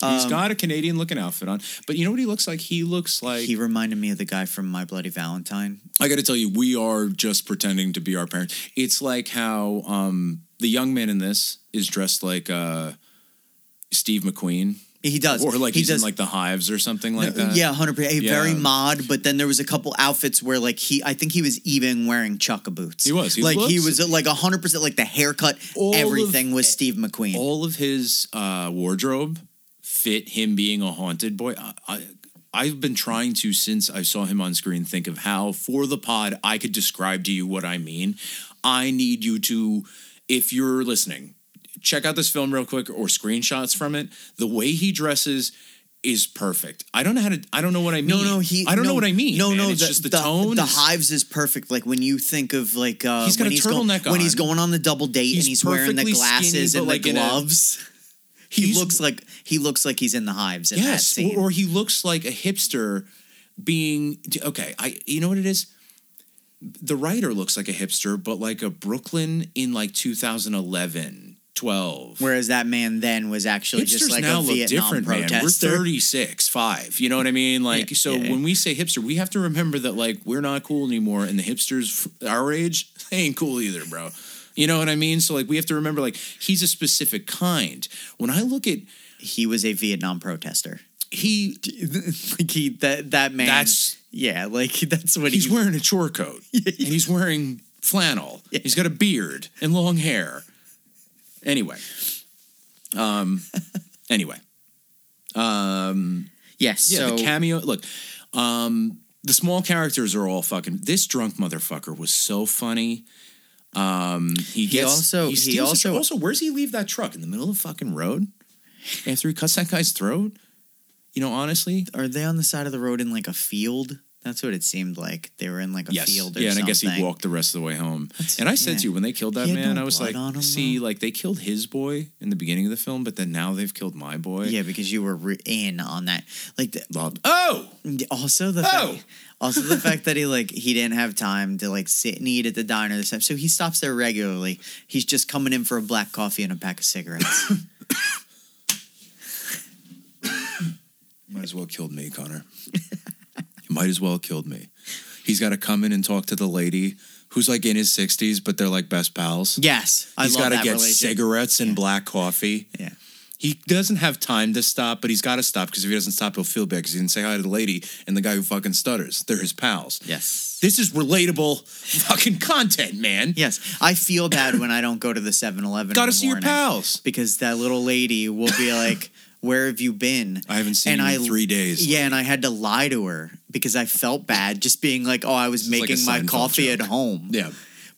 He's got a Canadian looking outfit on, but you know what he looks like? He looks like
He reminded me of the guy from My Bloody Valentine.
I got to tell you, we are just pretending to be our parents. It's like how um, the young man in this is dressed like uh, Steve McQueen,
He does,
or like
he
he's
does.
in like the hives or something like that.
yeah, hundred percent. Very
Yeah.
mod, but then there was a couple outfits where like he, I think he was even wearing chukka boots.
He was. He
like he
looks-
was like hundred percent. Like the haircut,
All of-
everything was Steve McQueen.
all of his uh, wardrobe fit him being a haunted boy. I, I, I've been trying to since I saw him on screen think of how for the pod I could describe to you what I mean. I need you to, if you're listening, check out this film real quick or screenshots from it. The way he dresses is perfect. I don't know how to. I don't know what I mean.
no, no, he.
I don't
no,
know what I mean.
No,
man.
no,
It's
the,
just the, tone.
The
is-
hives is perfect. Like when you think of like uh,
He's got
when
a
he's go-
turtleneck
when he's
on.
going on the double date
He's
and he's wearing the
perfectly skinny,
glasses
but,
and
like,
the
in a-
gloves. he
He's-
looks like he looks like he's in the hives in that
Yes,
scene.
or, or he looks like a hipster being okay. I you know what it is. The writer looks like a hipster, but like a Brooklyn in like 2011, 12.
Whereas that man then was actually
Hipsters
just like
now
a
look
Vietnam
different, man. We're
protester.
36, 5. You know what I mean? Like,
Yeah,
so
yeah, yeah.
when we say hipster, we have to remember that, like, we're not cool anymore. And the hipsters f- our age, they ain't cool either, bro. You know what I mean? So, like, we have to remember, like, he's a specific kind. When I look at
He was a Vietnam protester.
he,
like he that that man.
That's-
yeah. Like that's what
he's
he.
wearing a chore coat and he's wearing flannel. He's got a beard and long hair. Anyway, um, anyway, Um,
yes.
yeah,
so
the cameo. Look, um, the small characters are all fucking. This drunk motherfucker was so funny. Um, he gets.
also- he
steals a
also-
truck. also. Where's he leave that truck in the middle of the fucking road? After he cuts that guy's throat. You know, honestly,
are they on the side of the road in like a field? That's what it seemed like. They were in like a
yes.
field or
yeah, and
something.
I guess he walked the rest of the way home.
That's-
and I said
yeah.
to you when they killed that
He had
man,
no
I was
blood
like,
on him,
see,
though.
like they killed his boy in the beginning of the film, but then now they've killed my boy.
Yeah, because you were re- in on that. Like the,
Loved- Oh,
also the
Oh!
fact, also the fact that he like he didn't have time to like sit and eat at the diner this time, so he stops there regularly. He's just coming in for a black coffee and a pack of cigarettes.
might as well killed me, Connor. you might as well killed me. He's got to come in and talk to the lady who's like in his sixties, but they're like best pals.
yes, I
He's
love
gotta
that
get
relation.
cigarettes and black coffee.
yeah,
He doesn't have time to stop, but he's got to stop because if he doesn't stop, he'll feel bad because he didn't say hi to the lady and the guy who fucking stutters. They're his pals.
yes,
This is relatable fucking content, man.
yes. I feel bad when I don't go to the 7-Eleven. in
Gotta
the
see your
morning
pals.
because that little lady will be like, "Where have you been?"
I haven't seen you in three days.
Yeah, and I had to lie to her because I felt bad just being like, "Oh, I was
is like a
making my
Seinfeld
coffee
joke.
at home."
Yeah.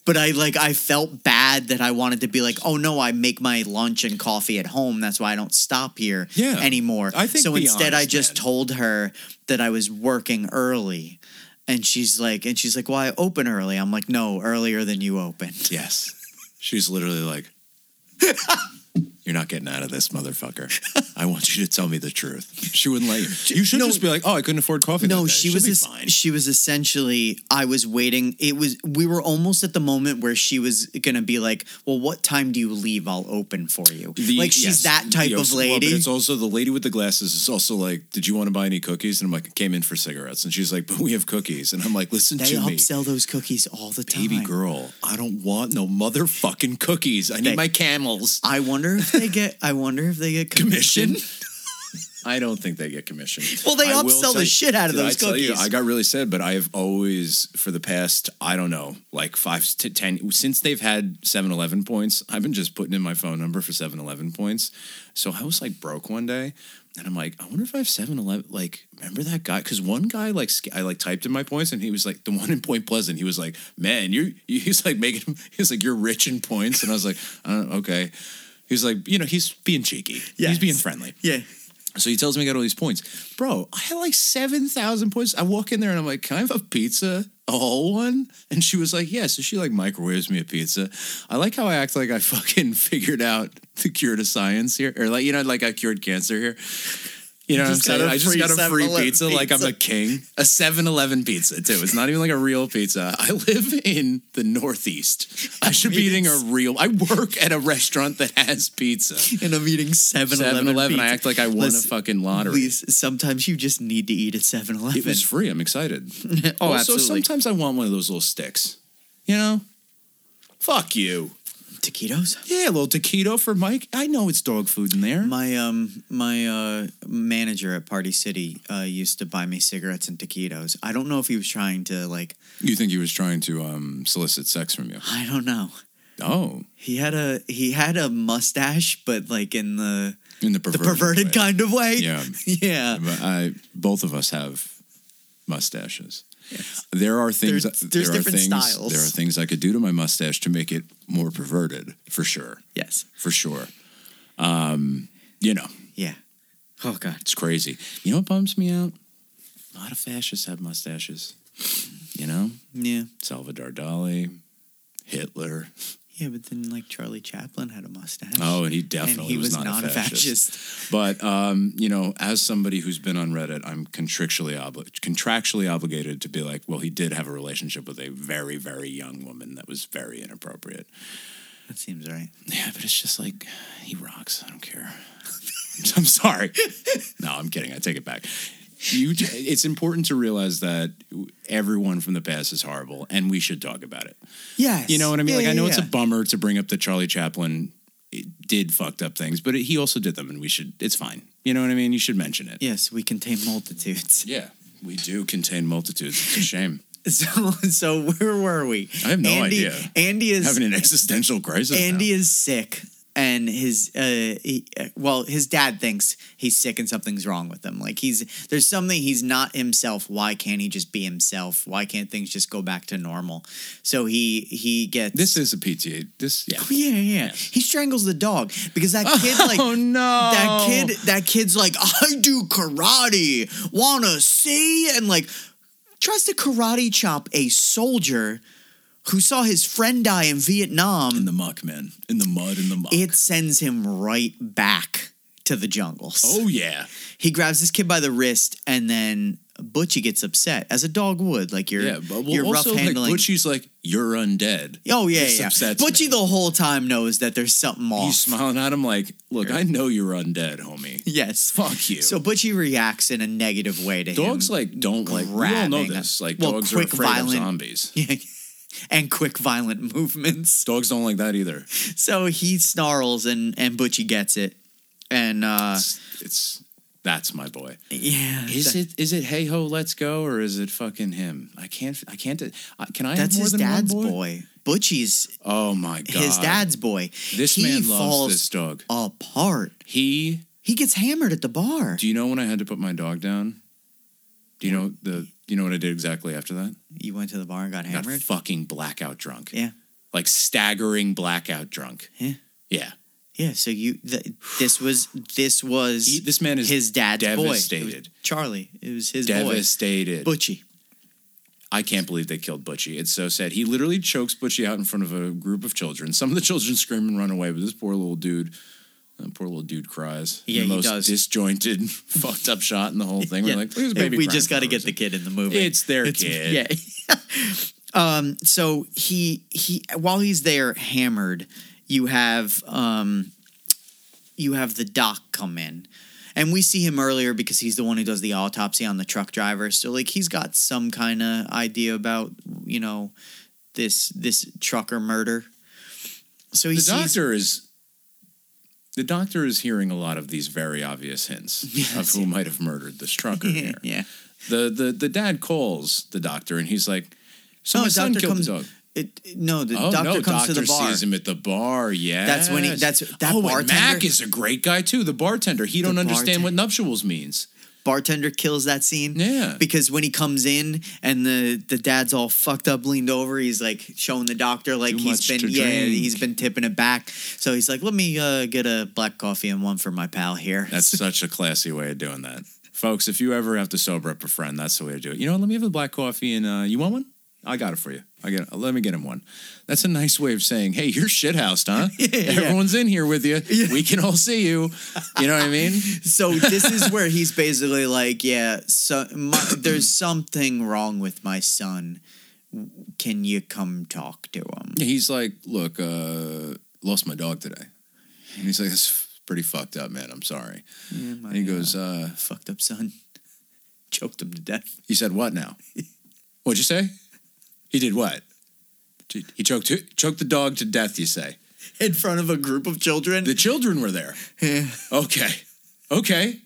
But I like I felt bad that I wanted to be like, "Oh no, I make my lunch and coffee at home. That's why I don't stop here
Yeah.
anymore."
I think
so.
be
Instead, I
honest,
just
man.
told her that I was working early. And she's like, and she's like, well, I open early. I'm like, no, earlier than you open.
Yes. She's literally like, You're not getting out of this, motherfucker. I want you to tell me the truth. She wouldn't let you. You should
No.
just be like, Oh, I couldn't afford coffee.
No,
that day.
she
She'll
was
be
es-
fine.
she was essentially I was waiting. It was we were almost at the moment where she was gonna be like, Well, what time do you leave? I'll open for you.
The-
like she's
yes,
that type
the
of
Oaks- well, but
lady.
it's also the lady with the glasses is also like, Did you want to buy any cookies? And I'm like, I came in for cigarettes. And she's like, But we have cookies. And I'm like, Listen
they
to me.
upsell those cookies all the time.
Baby girl, I don't want no motherfucking cookies. I need
They-
my camels.
I wonder if they get I wonder if they get commission.
commission. I don't think they get commission.
Well, they
I will
upsell
tell
the shit out of
Did I
those
tell you,
cookies.
I got really sad, but I have always, for the past, I don't know, like five to ten, since they've had 7 Eleven points, I've been just putting in my phone number for 7 Eleven points. So I was like broke one day. And I'm like, I wonder if I have 7 Eleven. Like, remember that guy? Because one guy, like, sc- I like typed in my points and he was like, the one in Point Pleasant, he was like, man, you're, he's like making, he was like, you're rich in points. And I was like, uh, okay. He was like, you know, he's being cheeky. He's
Yes.
being friendly.
Yeah.
So he tells me I got all these points. Bro, I had like 7,000 points. I walk in there and I'm like, can I have a pizza? A whole one? And she was like, yeah. So she like microwaves me a pizza. I like how I act like I fucking figured out the cure to science here. Or like, you know, like I cured cancer here. You know what I'm
Just got
saying?
a
I just
free
got a free
7-Eleven
pizza, like I'm a king. A 7 Eleven pizza, too. It's not even like a real pizza. I live in the Northeast. I should be eating a real. I work at a restaurant that has pizza.
and I'm eating 7
7 Eleven, I act like I won
Listen,
a fucking lottery.
Please, sometimes you just need to eat at 7
It
Eleven.
was free. I'm excited.
Oh,
also,
absolutely.
sometimes I want one of those little sticks. You know? Fuck you.
Taquitos?
Yeah, a little taquito for Mike. I know it's dog food in there.
My um my uh manager at Party City uh used to buy me cigarettes and taquitos. I don't know if he was trying to like
You think he was trying to um, solicit sex from you?
I don't know.
Oh,
He had a he had a mustache, but like in the
in the
the
perverted,
perverted
way.
kind of way.
Yeah.
yeah.
But I both of us have mustaches. There are things.
There's- there's
there are
different
things,
styles.
There are things I could do to my mustache to make it more perverted, for sure,
Yes.
for sure. Um, you know,
Yeah. Oh god.
it's crazy. You know what bums me out? A lot of fascists have mustaches. You know,
Yeah.
Salvador Dali, Hitler.
Yeah, but then like Charlie Chaplin had a mustache.
Oh, and he definitely
and he was, not, a fascist.
But um, you know, as somebody who's been on Reddit, I'm contractually obli- contractually obligated to be like, well, he did have a relationship with a very, very young woman that was very inappropriate.
That seems right.
Yeah, but it's just like he rocks. I don't care. I'm sorry. No, I'm kidding. I take it back. You, j- it's important to realize that everyone from the past is horrible, and we should talk about it.
Yes.
You know what I mean?
Yeah,
like, I know
yeah,
it's a
yeah.
bummer to bring up that Charlie Chaplin eh, did fucked up things, but he also did them, and we should. It's fine. You know what I mean? You should mention it.
Yes, we contain multitudes.
Yeah, we do contain multitudes. It's a shame.
So, so where were we?
I have no
Andy,
idea.
Andy is
Having an existential crisis. now.
Andy is sick, and his uh, he, uh, well, his dad thinks he's sick and something's wrong with him. Like he's there's something he's not himself. Why can't he just be himself? Why can't things just go back to normal? So he he gets
This is a PTA. This yeah.
Oh, yeah, yeah. He strangles the dog because that kid like
oh no!
that kid that kid's like I do karate. Wanna see and like tries to karate chop a soldier who saw his friend die in Vietnam
in the muck, man. In the mud. In the muck.
it sends him right back to the jungles.
oh yeah.
He grabs this kid by the wrist, and then Butchie gets upset, as a dog would. Like you're,
Yeah, but well,
you're
also
rough
like
handling.
Butchie's like you're undead.
oh yeah,
This
yeah.
upsets
Butchie
me.
the whole time knows that there's something off.
He's smiling at him like, look, I know you're undead, homie.
yes.
Fuck you.
So Butchie reacts in a negative way to
dogs
him.
like don't like. We all know
grabbing
this.
a-
Like
well,
dogs
quick,
are afraid
violent-
of zombies.
Like and quick violent movements.
Dogs don't like that either.
So he snarls, and and Butchie gets it, and uh,
It's, it's that's my boy.
yeah.
Is it is it hey ho let's go or is it fucking him? I can't I can't I- can I
That's
have more
his
than one
dad's
boy?
boy. Butchie's
Oh my god.
his dad's boy.
This
he
man
falls
loves this dog.
apart.
He
He gets hammered at the bar.
Do you know when I had to put my dog down? Do you know the you know what I did exactly after that?
You went to the bar and got
Got
hammered.
fucking blackout drunk.
Yeah.
Like staggering blackout drunk.
Yeah.
Yeah.
Yeah. So you, th- this was this was
He- this man is
his dad's boy. It
devastated.
was Charlie. It was his
devastated.
boy. Butchie.
I can't believe they killed Butchie. It's so sad. He literally chokes Butchie out in front of a group of children. Some of the children scream and run away, but this poor little dude, that poor little dude cries.
Yeah,
the
he
most
does.
disjointed, fucked up shot in the whole thing.
Yeah.
We're like, look at this baby.
we
crying
just got to
for no
get the kid in the movie.
reason. It's their kid.
Yeah. um. So he he while he's there hammered, you have um, you have the doc come in, and we see him earlier because he's the one who does the autopsy on the truck driver. So like he's got some kind of idea about you know this this trucker murder. So he
The
sees
doctor is. The doctor is hearing a lot of these very obvious hints of who might have murdered this trucker here.
yeah.
The, the the dad calls the doctor and he's like, "So my son
Oh, doctor
killed
comes-
the dog."
It, no, the
Oh
doctor
no,
comes to the
doctor
bar.
sees him at the bar. Yeah,
That's when he- that's- that
oh, and
bartender-
Mac is a great guy too. The bartender. He don't understand what nuptials means.
bartender kills that scene.
Yeah.
Because when he comes in and the the dad's all fucked up, leaned over, he's like showing the doctor like
Too
he's
much
been
to
yeah
drink.
he's been tipping it back. So he's like, let me uh, get a black coffee and one for my pal here.
That's such a classy way of doing that, folks. If you ever have to sober up a friend, that's the way to do it. You know, what? let me have a black coffee and uh, you want one? I got it for you. I get. uh, Let me get him one. That's a nice way of saying, "Hey, you're shithoused, huh? Everyone's in here with you. We can all see you. You know what I mean?
So this is where he's basically like, yeah, so my, there's something wrong with my son. Can you come talk to him?
He's like, "Look, uh, lost my dog today," and he's like, "That's pretty fucked up, man. I'm sorry."
Yeah, my,
And he goes, uh,
uh, fucked up son, choked him to death.
"He said what now? What'd you say? He did what? He choked choked the dog to death. You say?"
In front of a group of children.
The children were there. Okay. Okay.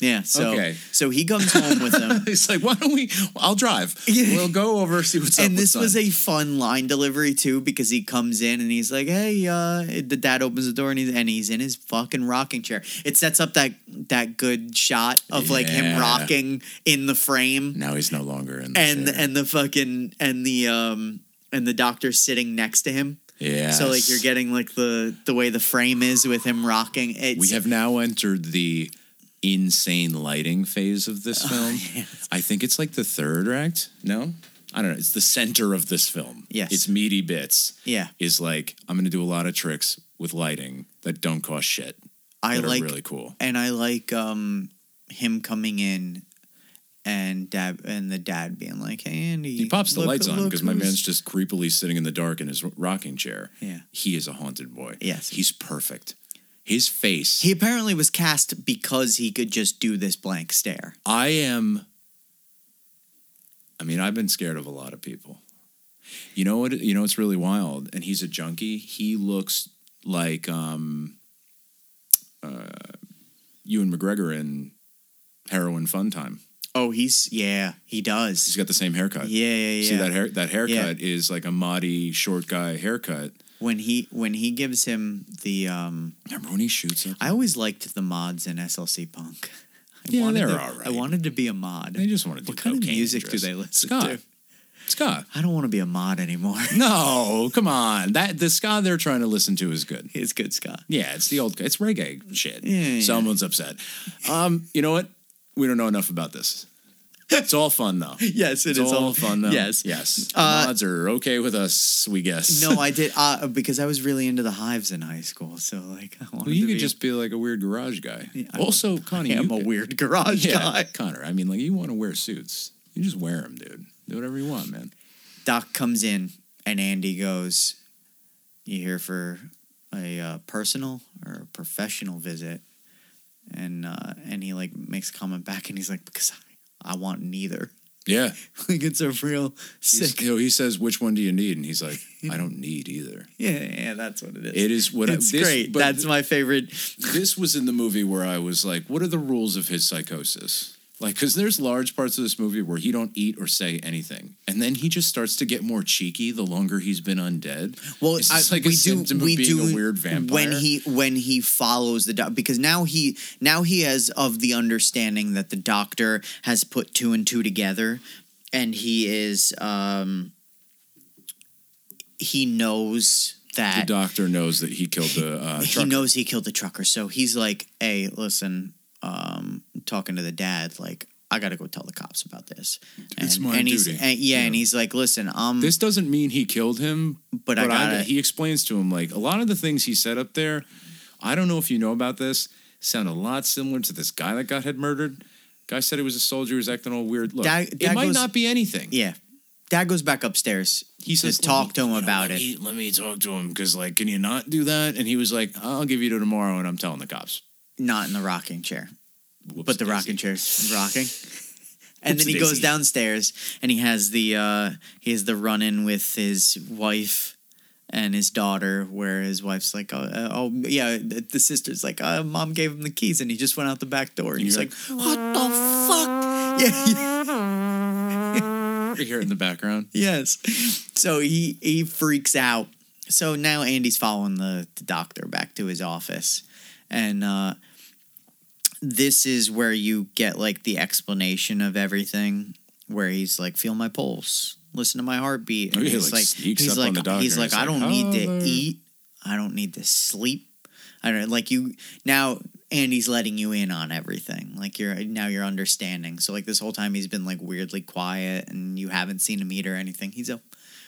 yeah. So
Okay.
so he comes home with him.
He's like, why don't we? I'll drive.
Yeah.
We'll go over see what's up.
And
with
this was
son."
a fun line delivery too, because he comes in and he's like, "Hey," uh, the dad opens the door and he's and he's in his fucking rocking chair. It sets up that that good shot of like him
Yeah.
rocking in the frame,
now he's no longer in. The
and
chair.
and the fucking and the um and the doctor sitting next to him.
yeah.
So like you're getting like the the way the frame is with him rocking. It's
We have now entered the insane lighting phase of
Oh,
this film. I think it's like the third act. No, I don't know. It's the center of this film.
Yes.
It's meaty bits.
yeah.
Is like I'm going to do a lot of tricks with lighting that don't cost shit.
I
that are
like
really cool.
and I like um him coming in and dad and the dad being like, "Hey Andy,
He pops the
look-
lights on
look
because my
who's-"
man's just creepily sitting in the dark in his rocking chair.
Yeah.
He is a haunted boy.
Yes.
He's perfect. His face.
He apparently was cast because he could just do this blank stare.
I am. I mean, I've been scared of a lot of people. You know what? You know what's really wild? And he's a junkie. He looks like um, uh, Ewan McGregor in Heroin Fun Time.
Oh, he's yeah, he
He's
does.
got the same haircut.
Yeah, yeah, yeah.
See that hair? That haircut is like a Mahdi short guy haircut.
when he when he gives him the um
Remember when he shoots up?
I always liked the mods in SLC Punk. I
Yeah,
wanted
they're
to,
all right.
I wanted to be a mod.
They just want to do
what kind of
cocaine
music do
dress.
they listen
Ska.
to?
Ska.
I don't want to be a mod anymore.
No, come on. That the ska they're trying to listen to is good.
it's good Scott.
Yeah, it's the old. It's reggae shit.
Yeah, yeah,
Someone's upset. Um, you know what? We don't know enough about this. It's all fun though.
Yes,
It's all, fun though.
Yes.
yes.
Uh,
Mods are okay with us, we guess.
No, I did uh, because I was really into the hives in high school. So like, I wanted
well, you
to
could
be
just be like a weird garage guy.
I'm-
also,
I
Connie,
am
you,
a weird garage
yeah,
guy.
Connor. I mean, like you want to wear suits, you just wear them, dude. Do whatever you want, man.
Doc comes in and Andy goes, "You here for a uh, personal or a professional visit?" And uh, and he like makes a comment back, and he's like, "Because I, I want neither."
Yeah.
like it's a real
He's-
sick.
you know, he says, "Which one do you need?" And he's like, "I don't need either."
Yeah, yeah, that's what it is.
It is what I-
it's
this-
great.
but
That's my favorite.
this was in the movie where I was like, what are the rules of his psychosis? Like, because there's large parts of this movie where he don't eat or say anything, and then he just starts to get more cheeky the longer he's been undead.
Well,
it's
I,
just like
we
a symptom
do.
of
We
being
do
a weird vampire.
when he when he follows the doc because now he now he has of the understanding that the doctor has put two and two together, and he is um he knows
the
that
doctor knows that he killed the uh,
he
trucker.
knows he killed the trucker. So he's like, "Hey, listen," um, talking to the dad like. I gotta go tell the cops about this.
It's
and,
my
and
duty.
He's, and, yeah, and he's like, "Listen, um,
this doesn't mean he killed him,
but, I gotta."
he explains to him like a lot of the things he said up there. I don't know if you know about this. Sound a lot similar to this guy that got had murdered. Guy said he was a soldier. He was acting all weird. Look,
Dag-
it
Dag
might
goes-
not be anything.
yeah, dad goes back upstairs
he says,
Just talk to him
"Let me- you know,
about
let
it."
me- let me talk to him because, like, can you not do that? And he was like, I'll give you to tomorrow, and I'm telling the cops.
not in the rocking chair,
Whoops,
but the
daisy.
rocking chair's rocking. And then he goes
Whoopsie-daisy.
downstairs and he has the uh, he has the run in with his wife and his daughter, where his wife's like, oh, uh, oh yeah, the, the sister's like, uh, mom gave him the keys and he just went out the back door. And he's
you're
like, what the fuck? Yeah, yeah,
You hear it in the background.
yes. So he he freaks out. So now Andy's following the, the doctor back to his office, and uh, this is where you get like the explanation of everything, where he's like, "Feel my pulse, listen to my heartbeat."
Oh,
And
yeah,
he's
like,
like,
sneaks
he's
up
like,
on the doctor
he's
and
like,
he's
I
like,
don't need to
"Hello."
eat, I don't need to sleep, I don't like you now. and he's letting you in on everything. Like you're now you're understanding. So like this whole time he's been like weirdly quiet and you haven't seen him eat or anything. He's a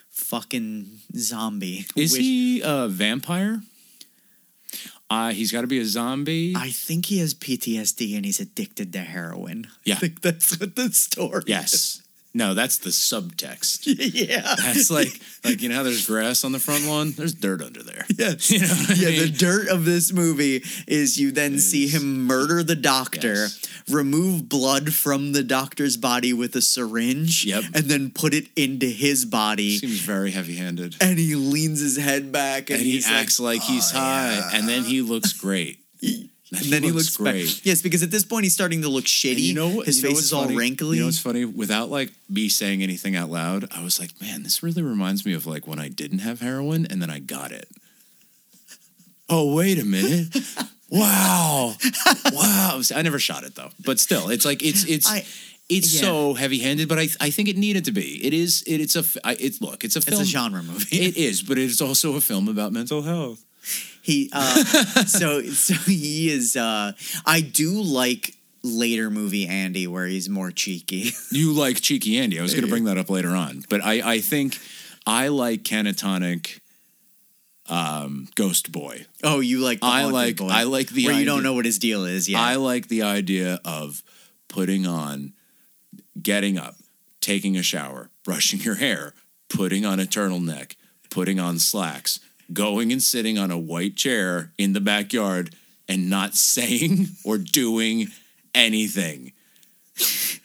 fucking zombie.
Is
which-
he a vampire? Uh, he's got to be a zombie.
I think he has PTSD and he's addicted to heroin.
Yeah.
I think that's what the story is.
yes. No, that's the subtext.
yeah.
That's like like you know how there's grass on the front lawn. There's dirt under there.
Yes.
You know what I
yeah, the
mean?
dirt of this movie is you then see
Is-
him murder the doctor,
Yes.
remove blood from the doctor's body with a syringe,
Yep.
and then put it into his body.
Seems very heavy-handed.
and he leans his head back and,
And he
he's
acts like, he's high, and then he looks great.
like, and then he looks, back. Yes, because at this point he's starting to look shitty.
And you know what?
His
you know
face
what's
is all
funny?
wrinkly.
You know what's funny? Without like me saying anything out loud, I was like, man, this really reminds me of like when I didn't have heroin and then I got it. Oh wait a minute! wow, wow! I never shot it though, but still, it's like it's it's.
I-
it's
yeah.
so heavy-handed, but I, I think it needed to be. It is. It, it's a. f- I- It's look. It's a
it's
film.
a genre movie.
It is, but it's also a film about mental health.
He uh, so so he is. Uh, I do like later movie Andy where he's more cheeky.
You like Cheeky Andy. I was going to bring that up later on, but I, I think I like Canatonic um, Ghost Boy.
Oh, you like? The
I
Haunted
like-
Boy,
I like the
where you don't
idea-
know what his deal is. Yeah,
I like the idea of putting on, getting up, taking a shower, brushing your hair, putting on a turtleneck, putting on slacks, going and sitting on a white chair in the backyard and not saying or doing anything.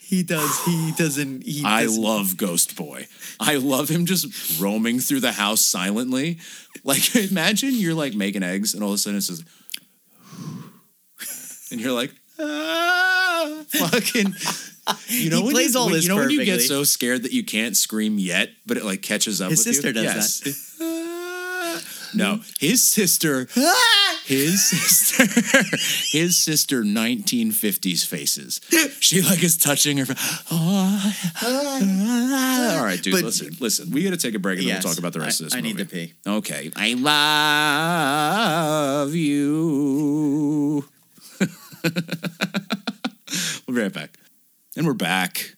he does. He doesn't. He
I
doesn't-
love Ghost Boy. I love him just roaming through the house silently. Like imagine you're like making eggs and all of a sudden it's just and you're like ah, fucking you know
He
when
plays
you,
all
when-
this
you know when you get
perfectly.
so scared that you can't scream yet but it like catches up
His
with you?
sister does
yes. that no his sister his sister, his sister, 1950s faces. She like is touching her. Oh, all right, dude.
But-
listen, listen. We got to take a break and then
Yes.
we'll talk about the rest
I-
of this.
I need
movie.
to pee.
Okay. I love you. we'll be right back, and we're back,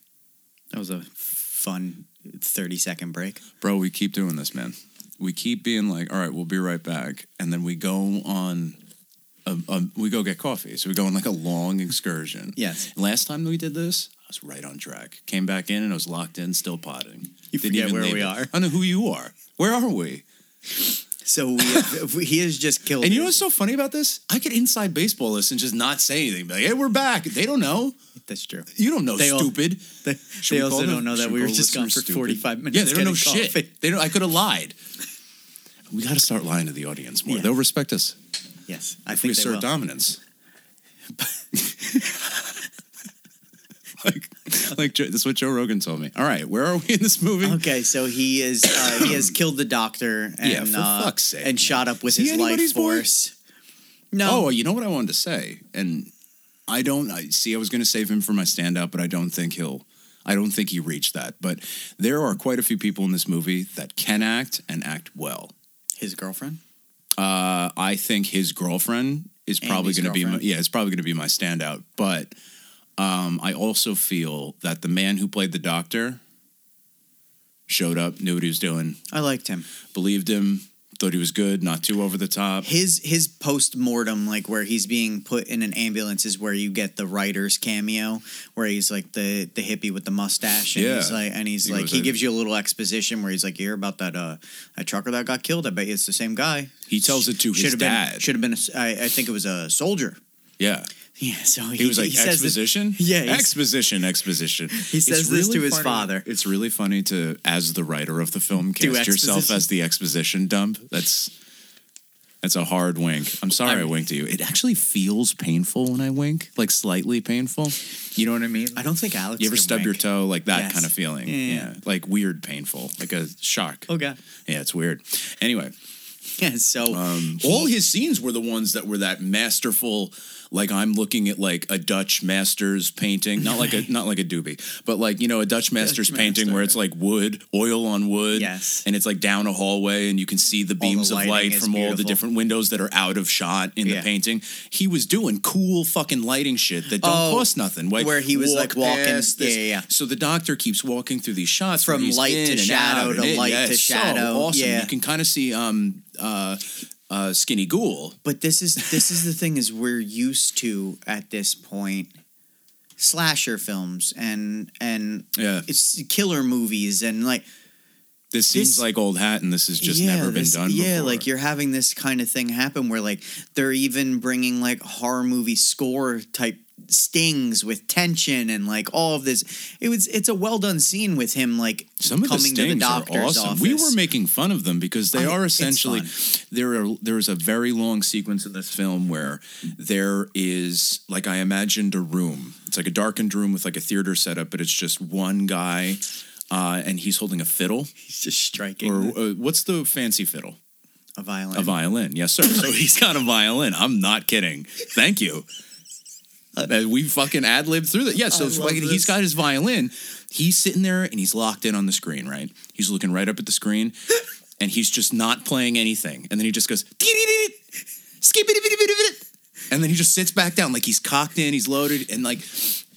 That was a fun thirty second break.
bro. We keep doing this, man. We keep being like, all right, we'll be right back, and then we go on. A, a, we go get coffee, so we go on like a long excursion.
Yes,
Last time we did this, I was right on track. Came back in and I was locked in, still potting.
You forget where
leave
we
it.
are.
I know who you are. Where are we?
so we, he has just killed.
And you
me.
know what's so funny about this? I could inside baseball this and just not say anything. Be like, hey, we're back. They don't know.
that's true.
You don't know,
They all-
stupid.
They,
Should
they
we call
also
them-
don't know that
should
we were
call
just gone for
listeners stupid?
forty five minutes.
Yeah, they don't know
getting coffee.
shit. They don't. I could have lied. We got to start lying to the audience more.
Yeah.
They'll respect us.
Yes, I
We
think they
assert
will.
dominance. like, like Joe- that's what Joe Rogan told me. All right, where are we in this movie?
Okay, so he is uh, he has killed the doctor and
Yeah, for
uh,
fuck's sake, man.
and shot up with
Is he
his life
anybody's boy?
force. No,
Oh, you know what I wanted to say, and I don't I, see. I was going to save him for my standout, but I don't think he'll. I don't think he reached that. But there are quite a few people in this movie that can act and act well.
his girlfriend.
Uh, I think his girlfriend is probably
Andy's
going to be my,
girlfriend?
yeah, it's probably going to be my standout. But um, I also feel that the man who played the doctor showed up, knew what he was doing,
I liked him.
believed him, thought he was good, not too over the top.
His his post mortem, like where he's being put in an ambulance, is where you get the writer's cameo, where he's like the the hippie with the mustache, and he's
Yeah.
like, and he's
He
like,
was
he
a-
gives you a little exposition where he's like, you hear about that uh that trucker that got killed? I bet you it's the same guy.
He tells it to his
Should have been
dad.
should have been. a s I I think it was a soldier.
yeah.
Yeah, so he,
He was like
he says this-
exposition,
Yeah, he's-
exposition, exposition. He
says this to his father.
It's really funny to, as the writer of the film,
Do
cast yourself
exposition.
as the exposition dump. That's that's a hard wink. I'm sorry, I winked at you. It actually feels painful when I wink, like slightly painful. You know what I mean?
I don't think Alex.
You ever
can
stub
wink.
your toe like that
Yes.
kind of feeling?
Yeah, yeah, yeah.
like weird, painful, like a shock.
Oh god.
Yeah, it's weird. Anyway,
Yeah. So Um,
all his scenes were the ones that were that masterful, like I'm looking at like a Dutch master's painting, not like a not like a doobie, but like you know a Dutch master's painting
master.
where it's like wood, oil on wood,
Yes.
and it's like down a hallway and you can see the beams of
lighting
light
is
from all the
beautiful.
different windows that are out of shot in
Yeah.
the painting. He was doing cool fucking lighting shit that don't
Oh,
cost nothing. Like,
where he was, like, walking-
past
yeah, yeah, yeah.
So the doctor keeps walking through these shots where
From
he's
light to
in and
shadow
out and
to
in.
light
Yeah,
to
it's so
shadow.
awesome.
Yeah.
You can kind of see um uh uh Skinny Ghoul.
But this is this is the thing is we're used to at this point slasher films and and
Yeah.
it's killer movies and like
This seems like old hat, and this has just
yeah,
never been
this-
done.
Yeah,
before.
like you're having this kind of thing happen where like they're even bringing like horror movie score type stings with tension and like all of this. It was it's a well done scene with him like
some of the
coming
stings
to the
are
doctor's
awesome.
office.
We were making fun of them because they
I-
are
it's
essentially there are there is a very long sequence in this film where there is like I imagined a room. It's like a darkened room with like a theater setup, but it's just one guy, uh, and he's holding a fiddle
He's just striking
or
the-
uh, what's the fancy fiddle?
a violin.
A violin, yes sir. so he's got a violin. I'm not kidding. Thank you. Uh, we fucking ad libbed through that. Yeah, so
I
it's
love
fucking-
this.
he's got his violin. He's sitting there and he's locked in on the screen, right? He's looking right up at the screen and he's just not playing anything. And then he just goes, "Dee-dee-dee-dee, skip-itty-bitty-bitty-bitty." and then he just sits back down like he's cocked in, he's loaded, and like,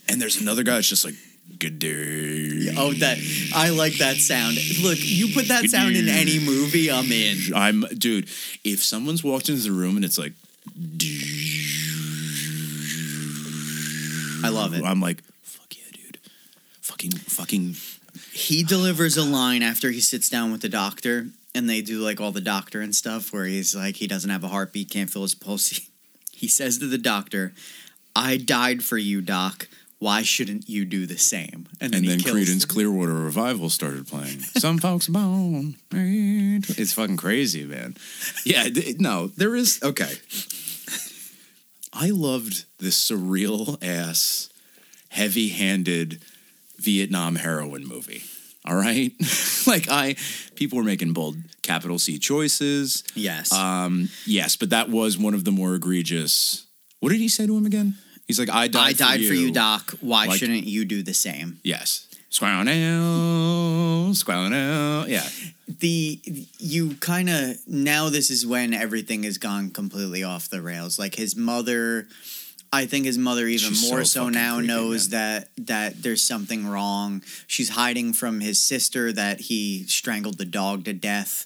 and there's another guy that's just like, good day.
Oh, that I like that sound. Look, you put that sound in any movie, I'm in.
I'm dude. If someone's walked into the room and it's like,
I love it.
I'm like, fuck yeah, dude. Fucking, fucking.
He delivers a line after he sits down with the doctor, and they do like all the doctor and stuff, where he's like, he doesn't have a heartbeat, can't feel his pulse. He says to the doctor, "I died for you, doc. Why shouldn't you do the same?"
And
he
then
kills
Creedence Clearwater Revival started playing. Some folks bone. It's fucking crazy, man. Yeah, th- no, there is. Okay. I loved the surreal ass, heavy handed Vietnam heroin movie. All right. like, I, people were making bold capital C choices.
Yes.
Um, yes, but that was one of the more egregious. What did he say to him again? He's like, I died,
I died for you, doc. Why
Like-
shouldn't you do the same?
Yes. Squalling out, squalling out. Yeah.
the you kind of now this is when everything has gone completely off the rails like his mother i think his mother even
She's
more
so
so,
fucking
now
creepy,
knows that that there's something wrong she's hiding from his sister that he strangled the dog to death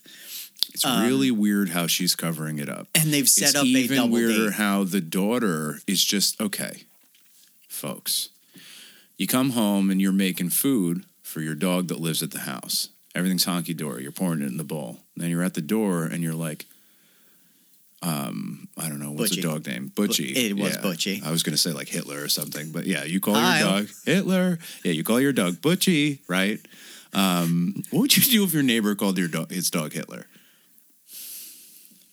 It's really weird how she's covering it up.
and they've Um, set
it's
up a
even
double
weirder
date
how the daughter is just okay, folks. You come home and you're making food for your dog that lives at the house. Everything's honky dory. You're pouring it in the bowl. Then you're at the door and you're like, um, I don't know what's
Butchie.
a dog name. Butchie.
it was Butchie.
I was gonna say like Hitler or something, but yeah, you call
Hi.
your dog Hitler. Yeah, you call your dog Butchie, right? Um, what would you do if your neighbor called your dog his dog Hitler?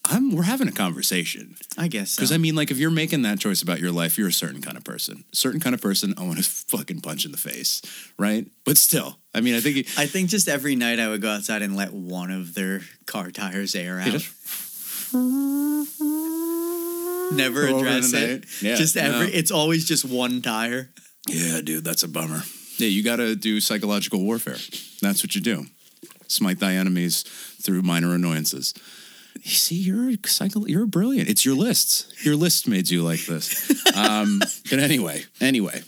I'm we're having a conversation.
i guess so.
Because I mean, like, if you're making that choice about your life, you're a certain kind of person. Certain kind of person, I want to fucking punch in the face, right? But still, I mean, I think it,
I think just every night I would go outside and let one of their car tires air out.
just-
Never
Over
address
the
it.
night. Yeah,
just every.
no.
It's always just one tire.
yeah, dude, that's a bummer. Yeah, you got to do psychological warfare. That's what you do. Smite thy enemies through minor annoyances. You see, you're a psycho, you're brilliant. It's your lists. Your list made you like this. Um, but anyway, anyway,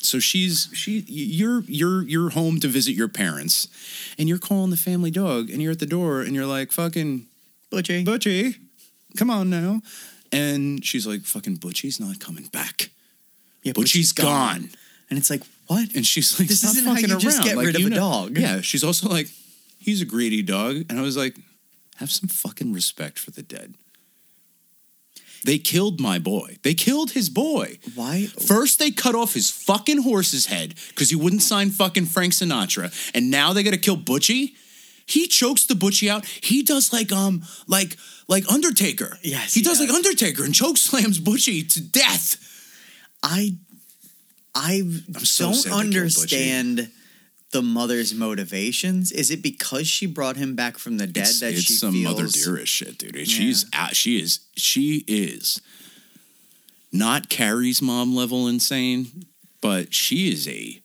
so she's she you're you're you're home to visit your parents, and you're calling the family dog, and you're at the door, and you're like, fucking
Butchie.
Butchie, come on now. And she's like, fucking Butchie's not coming back.
Yeah,
Butchie's gone.
And it's like, what?
And she's like,
This
"Stop
isn't how
fucking
you
around.
just get
like,
rid of
you
a
know-
dog."
Yeah, she's also like, he's a greedy dog, and I was like, have some fucking respect for the dead. They killed my boy. They killed his boy.
Why?
First, they cut off his fucking horse's head because he wouldn't sign fucking Frank Sinatra, and now they got to kill Butchie. He chokes the Butchie out. He does like um like like Undertaker.
Yes,
he,
he
does, like
does.
Undertaker and choke slams Butchie to death.
I, I
so sad they
don't
killed Butchie.
understand the mother's motivations. Is it because she brought him back from the dead
it's,
that
it's
she
some
feels?
mother dearest shit, dude. She's out. She is. She is not Carrie's mom level insane, but she is a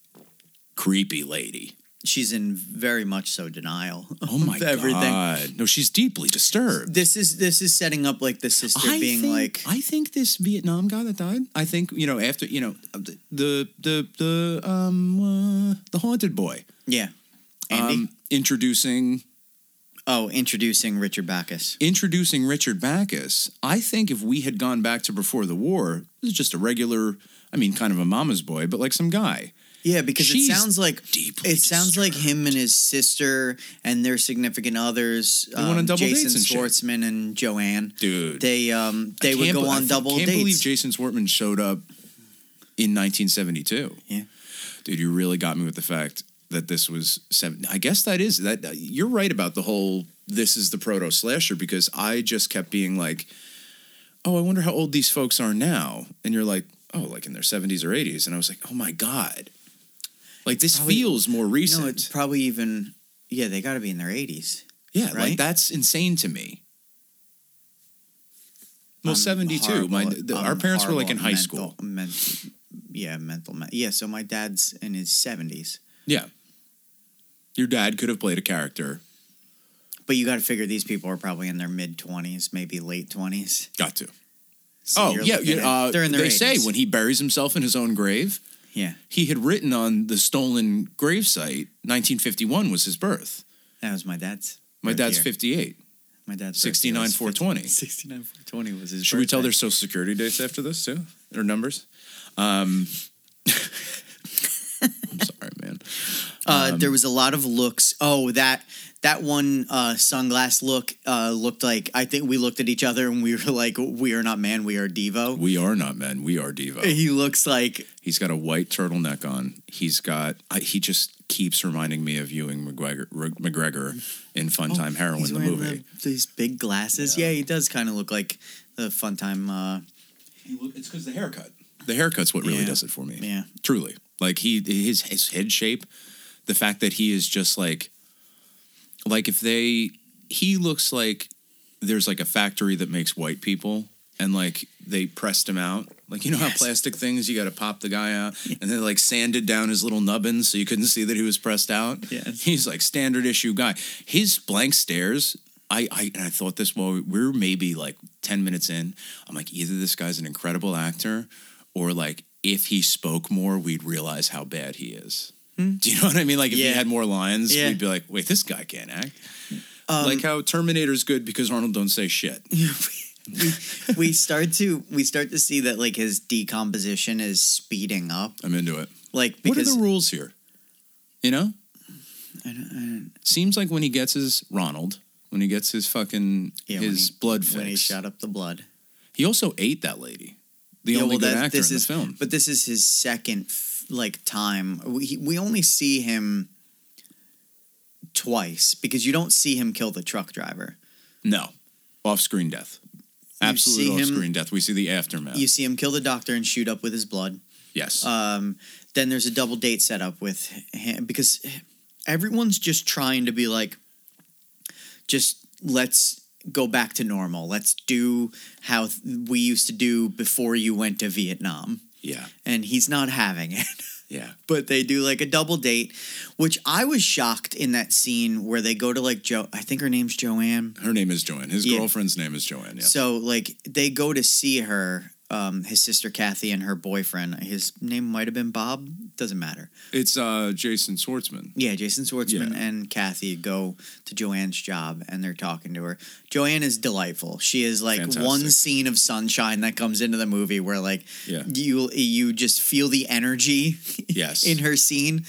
creepy lady.
She's in very much so denial.
Oh my
of everything.
god! No, she's deeply disturbed.
This is this is setting up like the sister
I
being
think,
like
I think this Vietnam guy that died. I think you know after you know uh, the the the, the um uh, the haunted boy
Yeah. Andy.
um, introducing
oh, introducing Richard Backus.
introducing Richard Backus, I think if we had gone back to before the war, this is just a regular, I mean, kind of a mama's boy, but like some guy.
Yeah, because
She's
it sounds like
deeply
it sounds like
disturbed.
him and his sister and their significant others, um,
went on double
Jason
dates and shit.
Schwartzman and Joanne.
Dude.
They um they
I
would
can't
go
be- I
on
f-
double
can't
dates.
believe Jason Swartman showed up in 1972.
Yeah.
Dude, you really got me with the fact that this was seven. I guess that is that you're right about the whole this is the proto slasher because I just kept being like, oh, I wonder how old these folks are now. And you're like, oh, like in their 70s or 80s. And I was like, oh my God. Like this
Probably-
feels more recent.
No, it's probably even yeah, they got to be in their 80s.
yeah, like
right?
that's insane to me. Well,
I'm
72.
horrible
My,
at-
the,
I'm
our parents were like
horrible
in
at
high
mental-
school.
men- yeah, mental. ma- Yeah, so my dad's in his 70s.
Yeah. Your dad could have played a character.
But you got to figure these people are probably in their mid 20s, maybe late 20s.
Got to.
So
oh,
you're
yeah.
looking
you-
at-
uh,
they're in their
they say
80s.
when he buries himself in his own grave,
Yeah,
he had written on the stolen gravesite 1951 was his birth.
that was my dad's.
My
birth
dad's
year.
58.
My dad's
69 420.
69 420 was his
Should we tell
birthday.
their social security dates after this too? Their numbers? Um, I'm sorry, man.
Uh,
um,
there was a lot of looks. Oh, that that one uh, sunglass look uh, looked like I think we looked at each other and we were like, "We are not man, we are Devo."
We are not men. We are Devo.
He looks like
He's got a white turtleneck on. He's got, I, he just keeps reminding me of Ewing McGregor, McGregor in Funtime Heroin,
Oh, he's
the
wearing
movie.
the- these big glasses. Yeah, he does kind of look like the fun time. Uh,
It's because the haircut. The haircut's what really
Yeah.
does it for me.
yeah,
Truly, like he his his head shape, the fact that he is just like, like if they he looks like there's like a factory that makes white people and like they pressed him out. Like you know how
Yes.
plastic things you got to pop the guy out and they like sanded down his little nubbins so you couldn't see that he was pressed out.
Yes.
He's like standard issue guy. His blank stares I, I and I thought this while we we're maybe like 10 minutes in. I'm like, either this guy's an incredible actor or like if he spoke more, we'd realize how bad he is. Do you know what I mean? Like if he
Hmm. Yeah.
had more lines,
Yeah. Um,
we'd be like, wait, this guy can't act. like how Terminator's good because Arnold don't say shit.
we start to we start to see that like his decomposition is speeding up.
I'm into it.
Like
what
because
are the rules here? You know? Seems like when he gets his Ronald, when he gets his fucking
Yeah, when
his
he-
blood
when he
fix,
shot up the blood,
he also ate that lady, the
Yeah,
only
well,
good
that-
actor
this
in the
is-
film.
But this is his second f- like time. We, he- we only see him twice because you don't see him kill the truck driver.
No, off-screen death,
You
absolute
see him-
off-screen death. We see the aftermath.
You see him kill the doctor and shoot up with his blood.
yes,
Um, then there's a double date set up with him because everyone's just trying to be like, just let's go back to normal. Let's do how th- we used to do before you went to Vietnam.
yeah,
And he's not having it.
yeah.
But they do like a double date, which I was shocked in that scene where they go to like Joe, I think her name's Joanne.
Her name is Joanne. His
Yeah.
girlfriend's name is Joanne. Yeah.
So like they go to see her, um, his sister Kathy and her boyfriend. His name might have been Bob. Doesn't matter.
it's uh, Jason Schwartzman.
Yeah, Jason Schwartzman
Yeah.
and Kathy go to Joanne's job and they're talking to her. Joanne is delightful. She is like one
Fantastic.
scene of sunshine that comes into the movie where like
Yeah.
you you just feel the energy
Yes.
in her scene.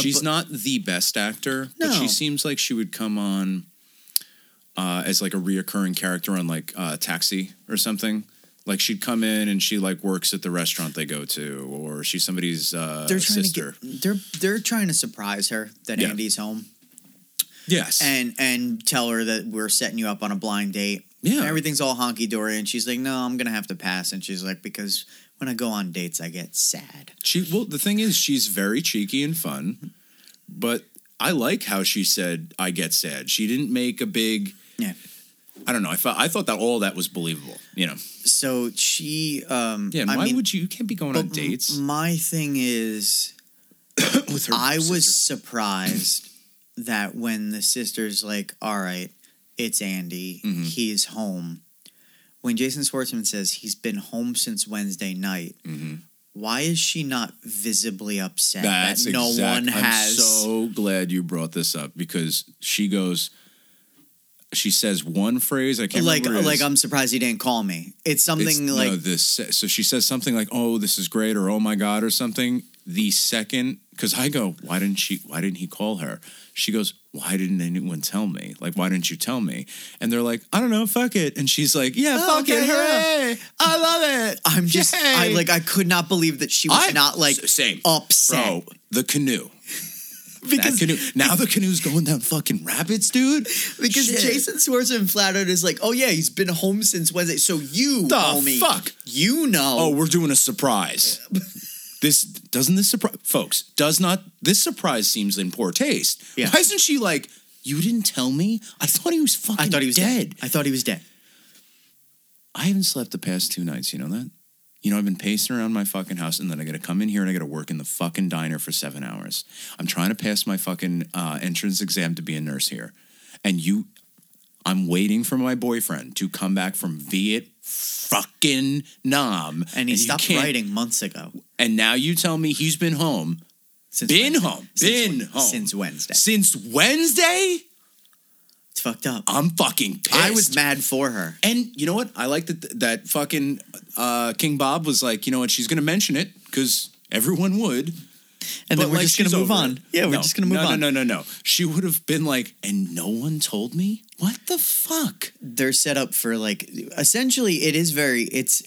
She's not the best actor, but
Uh, No.
she seems like she would come on uh, as like a reoccurring character on like uh, Taxi or something. Like she'd come in and she like works at the restaurant they go to, or she's somebody's uh,
They're trying
sister.
to get, they're they're trying to surprise her that
Yeah.
Andy's home.
yes,
and and tell her that we're setting you up on a blind date.
Yeah.
And everything's all honky dory, and she's like, "No, I'm gonna have to pass." And she's like, "Because when I go on dates, I get sad."
she. Well, the thing is, she's very cheeky and fun, but I like how she said, "I get sad." She didn't make a big.
Yeah,
I don't know. I felt I thought that all that was believable. You know.
So she, um,
Yeah. And
I
why
mean,
would you? You can't be going
but
on dates
m- My thing is,
with her.
I was
sister.
surprised that when the sister's like, all right, it's Andy,
Mhm.
he's home. When Jason Schwartzman says he's been home since Wednesday night,
Mhm.
why is she not visibly upset
That's
that no
exact-
one has?
I'm so glad you brought this up because she goes. She says one phrase. I can't
like,
remember. what it
like
is.
I'm surprised he didn't call me. It's something
It's-
like
no, this. So she says something like, "Oh, this is great," or "Oh my god," or something. The second, because I go, "Why didn't she? Why didn't he call her?" She goes, "Why didn't anyone tell me? Like, why didn't you tell me?" And they're like, "I don't know, fuck it." And she's like, "Yeah,
Oh,
fuck
okay,
it,
yeah.
hooray! I love it."
I'm just I
Yay!"
like I could not believe that she was
I-
not like
S- same.
upset
bro, the canoe. that
because
canoe. Now the canoe's going down fucking rapids, dude.
because
Shit.
Jason Schwartzman flat out is like, oh yeah, he's been home since Wednesday. So you,
The
homie,
fuck?
you know,
Oh, we're doing a surprise. this doesn't this surprise, folks. Does not this surprise seems in poor taste?
Yeah.
Why isn't she like? You didn't tell me. I thought he was fucking.
I thought he was dead. I thought he was dead.
I haven't slept the past two nights. You know that. You know I've been pacing around my fucking house, and then I got to come in here and I got to work in the fucking diner for seven hours. I'm trying to pass my fucking uh, entrance exam to be a nurse here, and you. I'm waiting for my boyfriend to come back from Viet fucking Nam,
And he
you
stopped
can't-
writing months ago.
And now you tell me he's been home
Since
Been
Wednesday.
home.
Since
Been
Wed-
home.
Since Wednesday.
since Wednesday.
It's fucked up.
I'm fucking pissed.
I was mad for her.
and you know what? I like that that fucking uh, King Bob was like, you know what? She's gonna mention it because everyone would.
And then
but,
we're
like,
just going
she's
to move
over
on.
it.
Yeah, we're
No,
just going to move
no,
on.
No, no, no, no. She would have been like, and no one told me. What the fuck?
they're set up for like essentially it is very it's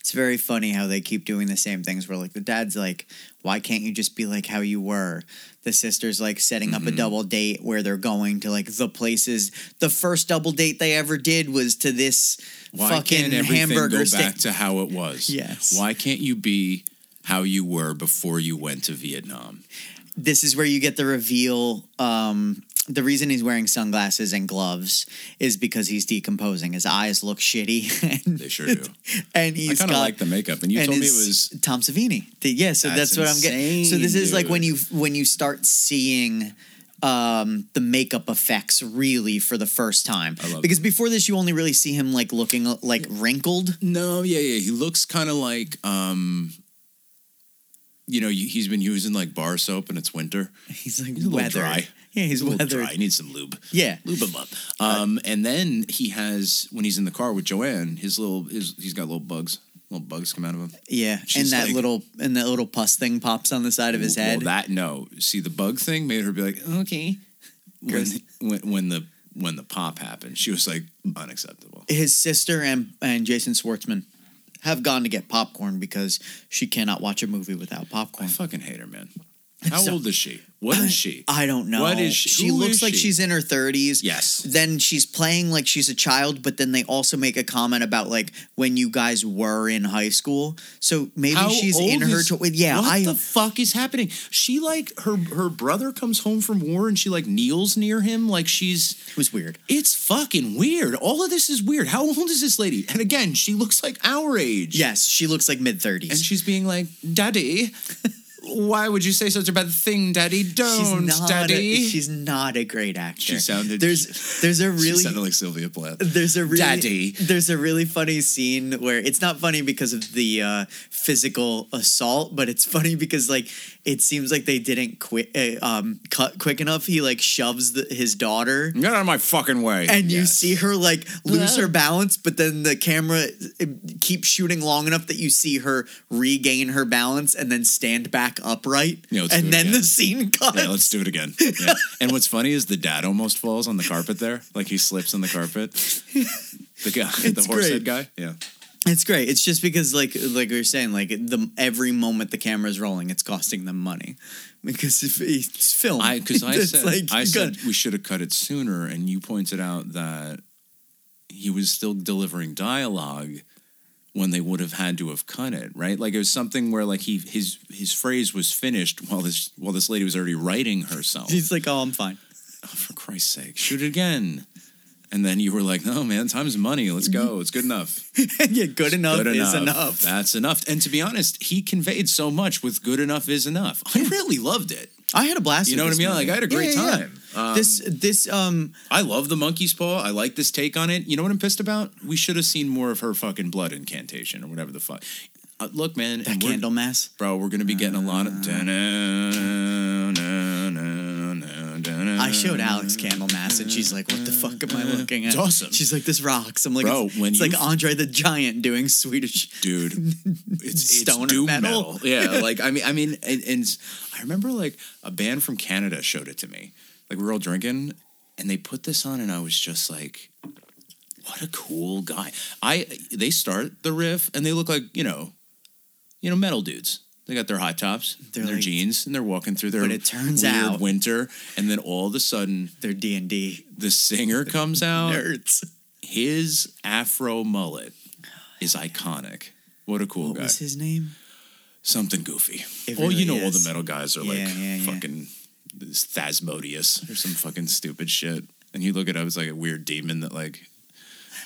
it's very funny how they keep doing the same things where like the dad's like why can't you just be like how you were the sister's like setting up
Mm-hmm.
a double date where they're going to like the places the first double date they ever did was to this
Why
fucking
can't everything
hamburger
go
stand
back to how it was?
Yes.
Why can't you be how you were before you went to Vietnam?
this is where you get the reveal um the reason he's wearing sunglasses and gloves is because he's decomposing. His eyes look shitty, and,
They sure do.
and
I
he's
kind of
got
like the makeup, and you
and
told me it
it's
was
Tom Savini. The- yeah, so
That's
that's, what I'm getting. So
insane,
this is like when
dude.
you when you start seeing um the makeup effects really for the first time.
I love
because before this you only really see him like looking like wrinkled.
No, yeah, yeah. He looks kind of like, um, you know, you- he's been using like bar soap and it's winter.
He's like
He's a little
weathered.
dry.
Yeah, he's
a little
weathered.
dry. He needs some lube.
Yeah.
Lube him up. Um, and then he has when he's in the car with Joanne, his little, his, he's got little bugs. Little bugs come out of him.
Yeah. and
She's
that
like-
little and that little pus thing pops on the side of his
Well,
head.
that no. See, the bug thing made her be like, okay. When,
Gross.
when when the when the pop happened, she was like unacceptable.
his sister and and Jason Schwartzman have gone to get popcorn because she cannot watch a movie without
I
popcorn.
fucking hate her, man. How
So-
old is she? What is she?
I don't know.
What is she?
She
Who
looks
is
like
she?
she's in her thirties.
Yes.
Then she's playing like she's a child, but then they also make a comment about like when you guys were in high school. So maybe
How
she's
old
in her.
is-
tw- yeah,
what
I.
the fuck is happening? She like her her brother comes home from war and she like kneels near him like she's.
it was weird.
It's fucking weird. All of this is weird. How old is this lady? And again, she looks like our age.
Yes, she looks like mid
and
thirties.
she's being like, "Daddy, why would you say such a bad thing, Daddy? Don't,
not.
Daddy."
A, she's not a great actor.
She sounded-
There's there's a
She
really
sounded like Sylvia Plath.
there's a really
Daddy.
there's a really funny scene where it's not funny because of the uh, physical assault but it's funny because like it seems like they didn't quit uh, um cut quick enough he like shoves the, his daughter
Get out of my fucking way.
and you
Yes.
see her like lose
Whoa.
her balance but then the camera uh, keeps shooting long enough that you see her regain her balance and then stand back upright
Yeah, let's do
and
it
then
again.
the scene cuts
Yeah, let's do it again. Yeah. and what's funny is the dad almost falls on the carpet there. Like he slips on the carpet. The guy,
It's
the horse
great.
head guy. Yeah.
It's great. It's just because, like, like we were saying, like the every moment the camera's rolling, it's costing them money because if it's film,
I because I
it's
said
like,
I
good.
said we should have cut it sooner, and you pointed out that he was still delivering dialogue when they would have had to have cut it, right? Like it was something where like he his his phrase was finished while this while this lady was already writing herself.
he's like, oh, I'm fine.
Oh, for Christ's sake, shoot it again. And then you were like, no, man, time's money. Let's go. It's good enough.
yeah, good enough
Good
is enough.
That's enough. And to be honest, he conveyed so much with good enough is enough. I really loved it.
I had a blast.
You
with
know what I
this
mean?
movie.
Like, I had a
Yeah,
great
yeah, yeah.
time. Um,
this this um
I love the monkey's paw. I like this take on it. You know what I'm pissed about? We should have seen more of her fucking blood incantation or whatever the fuck. Uh, look, man,
that
and we're-
candle Uh. mass.
bro, we're gonna be getting a lot of. I
I showed Alex candle mass, and she's like, "What the fuck am I looking
Mm.
at?"
It's awesome.
She's like, "This rocks." I'm like,
Bro,
"It's,
when
it's
you-
like Andre the Giant doing Swedish."
dude. It's,
Stoner
it's doom
metal.
metal. Yeah, like I mean, I mean, and, and I remember like a band from Canada showed it to me. Like we were all drinking, and they put this on, and I was just like, "What a cool guy!" I they start the riff, and they look like you know, you know, metal dudes. They got their high tops,
They're
and their
like-
jeans, and they're walking through their
But it turns
weird
out-
winter, and then all of a sudden,
They're D and D
the singer comes out
nerds.
his afro mullet is iconic. What a cool
What
guy.
was his name?
Something goofy.
It
well, you
really
know, all
is.
the metal guys are
Yeah,
like
yeah, yeah.
fucking this Thasmodius or some fucking stupid shit. And you look it up, it's like a weird demon that like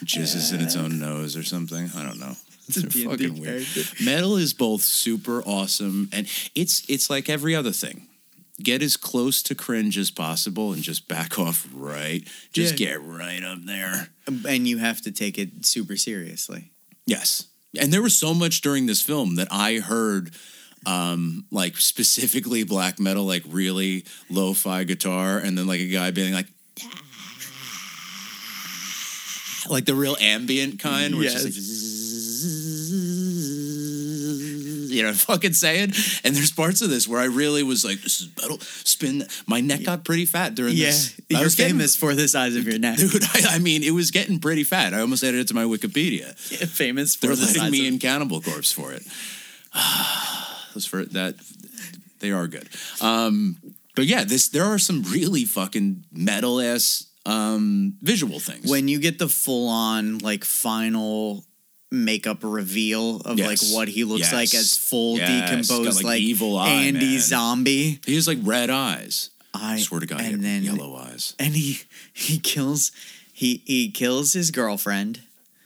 jizzes in its own nose or something. I don't know.
a
They're
D&D
fucking weird.
character.
Metal is both super awesome and it's it's like every other thing. Get as close to cringe as possible and just back off right. Just
Yeah.
get right up there.
And you have to take it super seriously.
Yes. And there was so much during this film that I heard um like specifically black metal like really lo-fi guitar and then like a guy being like "Ah." like the real ambient kind where it's
Yes.
just like you know fucking saying and there's parts of this where I really was like this is metal spin my neck got pretty fat during
Yeah,
this I
you're
was getting-
famous for the size of your neck.
dude I, I mean it was getting pretty fat I almost added it to my Wikipedia
famous for
they're
the size
letting
of
me in Cannibal Corpse for it. Those for that, they are good. Um, but yeah, this there are some really fucking metal ass um, visual things.
when you get the full on like final makeup reveal of
Yes.
like what he looks
Yes.
like as full
Yes. Got,
decomposed
like,
like,
evil eye,
Andy
man.
zombie.
he has like red eyes.
I
I swear to God, he
and
had
then
yellow eyes.
and he he kills he he kills his girlfriend.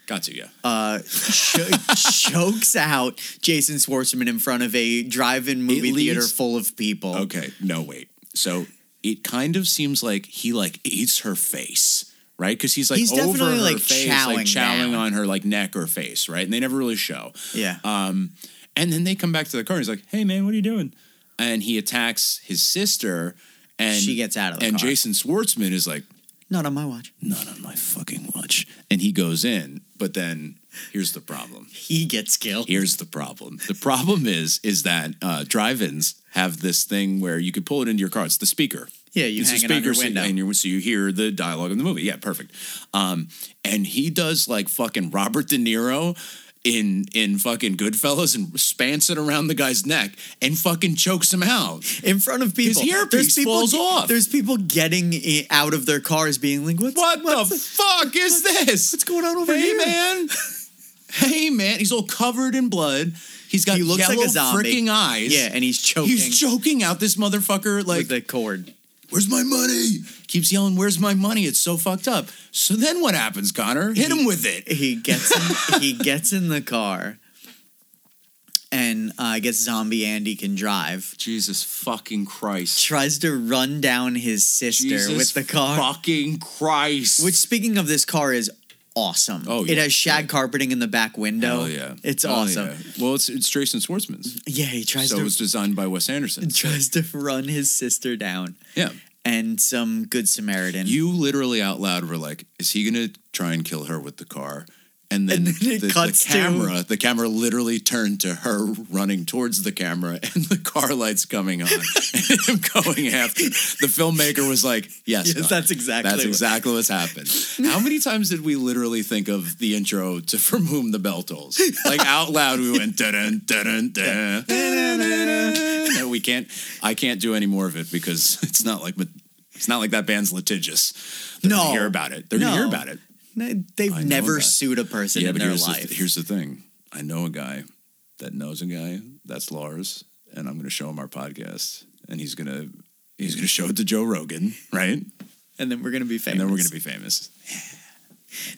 Got to yeah.
Uh, cho- chokes out Jason Schwartzman in front of a drive-in movie
leaves-
theater full of people.
Okay, no wait. So it kind of seems like he like eats her face. Right, because he's like
He's
over
definitely,
her
like,
face, like
chowing
chowing
down.
on her like neck or face, right? And they never really show.
Yeah,
Um, and then they come back to the car. And he's like, "Hey, man, what are you doing?" And he attacks his sister, and
She gets out of the
And
car.
Jason Schwartzman is like,
not on my watch.
"Not on my fucking watch." And he goes in, but then here's the problem.
He gets killed.
Here's the problem. The problem is, is that uh, drive-ins have this thing where you could pull it into your car. It's the speaker.
Yeah, you
it's
hang it on your
so-
window.
and you so you hear the dialogue in the movie. Yeah, perfect. Um, and he does like fucking Robert De Niro in in fucking Goodfellas and spans it around the guy's neck and fucking chokes him out.
in front of people.
His earpiece falls
ge-
off.
There's people getting i- out of their cars, being like, "What's
What
what's
the fuck is this?
what's going on over
hey
here?"
man. Hey man, he's all covered in blood. He's got
He looks
yellow
like a zombie.
freaking eyes.
Yeah, and he's choking
He's choking out this motherfucker like
with the cord.
Where's my money? Keeps yelling, Where's my money? It's so fucked up. So then what happens, Connor? Hit him with it.
He gets in, he gets in the car, and uh, I guess Zombie Andy can drive.
Jesus fucking Christ.
Tries to run down his sister
Jesus
with the car.
Fucking Christ.
Which, speaking of this car, is awesome.
Oh,
it
yeah.
has shag carpeting in the back window.
Hell yeah.
it's
Hell
awesome. Yeah.
yeah. Well, it's it's Jason Schwartzman's.
he tries
So it
to
was designed by Wes Anderson.
tries to run his sister down,
Yeah.
and some good Samaritan.
You literally out loud were like, is he gonna try and kill her with the car? And then,
And then it
the, the
cuts to-
camera, the camera literally turned to her running towards the camera and the car lights coming on and him going after. The filmmaker was like, yes,
Yes,
Connor.
that's exactly
That's
what-
exactly what's happened. How many times did we literally think of the intro to From Whom the Bell Tolls? Like out loud, we went dun dun dun dun. No, we can't. I can't do any more of it because it's not like it's not like that band's litigious. They're
No.
gonna hear about it. They're gonna
No.
hear about it.
No, they've
I know
never
that.
sued a person in their
here's the,
life.
th- here's the thing. I know a guy that knows a guy that's Lars, and I'm gonna show him our podcast, and he's gonna he's gonna show it to Joe Rogan, right?
and then we're gonna be famous.
And then we're gonna be famous.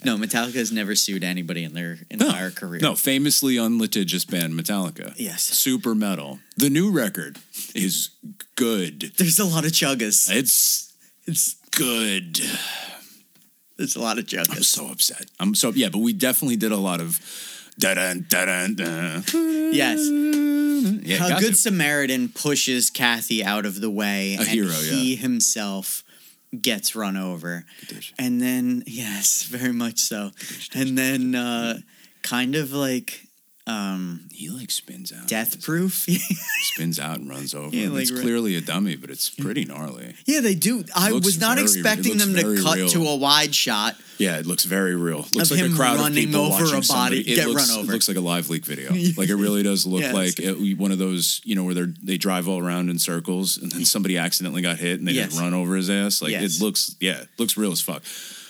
No, Metallica has never sued anybody in their entire career.
No, famously unlitigious band Metallica.
Yes.
Super metal. The new record is good.
There's a lot of chuggas.
It's it's good.
There's a lot of
I'm
chuggas.
so upset. I'm so yeah, but we definitely did a lot of da dun da dun da.
Yes.
Yeah,
How
got
Good
to.
Samaritan pushes Kathy out of the way, and
hero,
he himself gets run over. And then, yes, very much so. And then, uh, kind of like um,
He like spins out.
death
He
proof.
spins out and runs over.
Yeah,
him.
like
it's
re-
clearly a dummy, but it's pretty gnarly.
yeah, they do. I
Looks
was not
very- it
expecting them
looks
to
very
cut
real.
to a wide shot.
Yeah, it looks very real. Looks
Of
like
him
a crowd of
running
people
over a
watching
body,
somebody. It
get
looks,
run over.
It looks like a live leak video. like it really does look
Yes.
like it, one of those, you know, where they're they drive all around in circles and then somebody accidentally got hit and they
Yes.
just run over his ass. Like
Yes.
it looks, yeah, it looks real as fuck.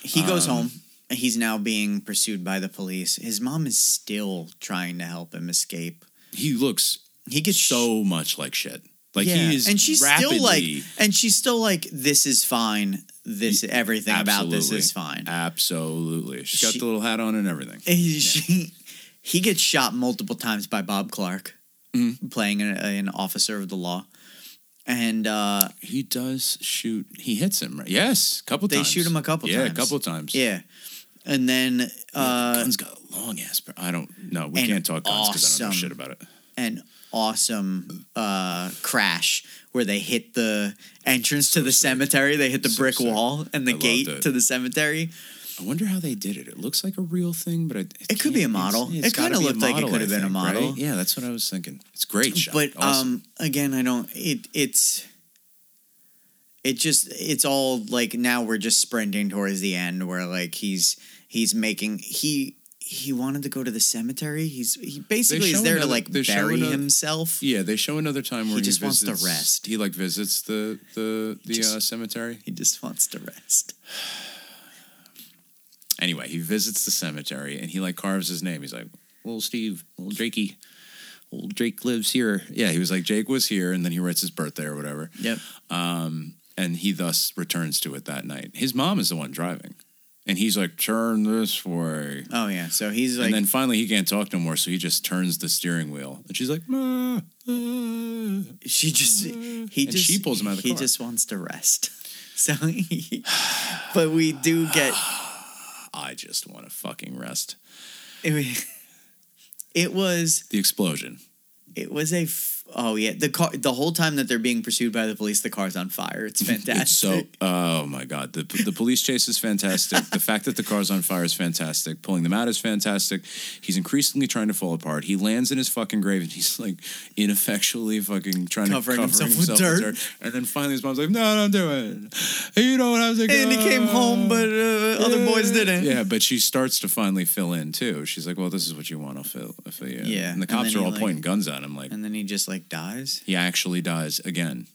He goes
Um,
home. He's now being pursued by the police. His mom is still trying to help him escape.
He looks
He gets
so much like shit. Like
Yeah.
he is,
and she's
rapidly,
still like, and she's still like, this is fine. This everything about this
Absolutely.
is fine.
absolutely. She's got
She-
the little hat on and everything.
And he- she- he gets shot multiple times by Bob Clark,
Mm.
playing an, an officer of the law, and uh,
He does shoot. He hits him. Right? Yes, a couple
They
times.
shoot him a couple
yeah,
times.
a couple times.
yeah, and then uh,
Gun's got a long ass. per- I don't know. We
an
can't talk guns because I don't know
awesome-
shit about it.
an awesome uh, crash where they hit the entrance to the cemetery. They hit the
So
brick
sick.
wall and the
I loved
gate
it.
to the cemetery.
I wonder how they did it. It looks like a real thing, but I, it,
It could be a
can't-
model.
it's- it's
It kinda
gotta be a
looked like it
model,
could've
I
been a
think,
model.
right? Yeah, that's what I was thinking. It's a great shot.
But
Awesome.
um, again, I don't. It it's it just it's all like now we're just sprinting towards the end where like he's he's making he he wanted to go to the cemetery. He's he basically
show
is there to
another-
like
they show
bury
another-
himself.
yeah, they show another time where he,
just wants to
visits-
rest.
He like visits the the the
Just-
uh, cemetery.
He just wants to rest.
Anyway, he visits the cemetery and he like carves his name. He's like, "Little Steve, little Drakey, old Drake lives here." Yeah, he was like Jake was here, and then he writes his birthday or whatever.
Yep.
and he thus returns to it that night. His mom is the one driving, and he's like, "Turn this way."
Oh yeah. So he's like
and then finally, he can't talk no more, so he just turns the steering wheel, and she's like, "Ah, ah."
She just he
And
just
she pulls him out of the
he
car.
just wants to rest. So, he, but we do get
"I just want to fucking rest."
it, was- it was
The explosion.
it was a f- oh yeah the car the whole time that they're being pursued by the police the car's on fire it's fantastic
It's so. Oh my god. The the police chase is fantastic. the fact that the car's on fire is fantastic. Pulling them out is fantastic. He's increasingly trying to fall apart. He lands in his fucking grave and he's like ineffectually fucking trying
Covering
to cover
himself
himself,
with
in
dirt.
And then finally his mom's like, "No, don't do it. You don't have to go."
and he came home but uh, other boys didn't
Yeah, but she starts to finally fill in too. She's like, "Well, this is what you want. I'll fill, I'll fill you." in."
Yeah,
and the
and then
cops
he,
are all
like-
pointing guns at him. Like
and then he just like dies
he actually dies again.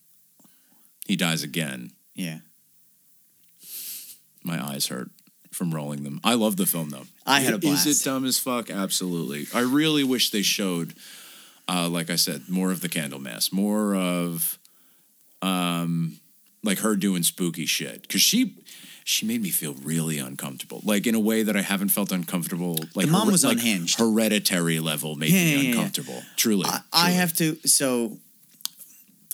He dies again.
yeah
My eyes hurt from rolling them. I love the film though.
I had a
Is
blast.
it dumb as fuck? Absolutely. I really wish they showed, uh, like I said, more of the Candlemass, more of, um, like her doing spooky shit because she. She made me feel really uncomfortable, like in a way that I haven't felt uncomfortable. Like
mom was
like,
unhinged.
Hereditary level made
Yeah, yeah,
me
yeah.
uncomfortable. Truly,
I, I
truly.
have to so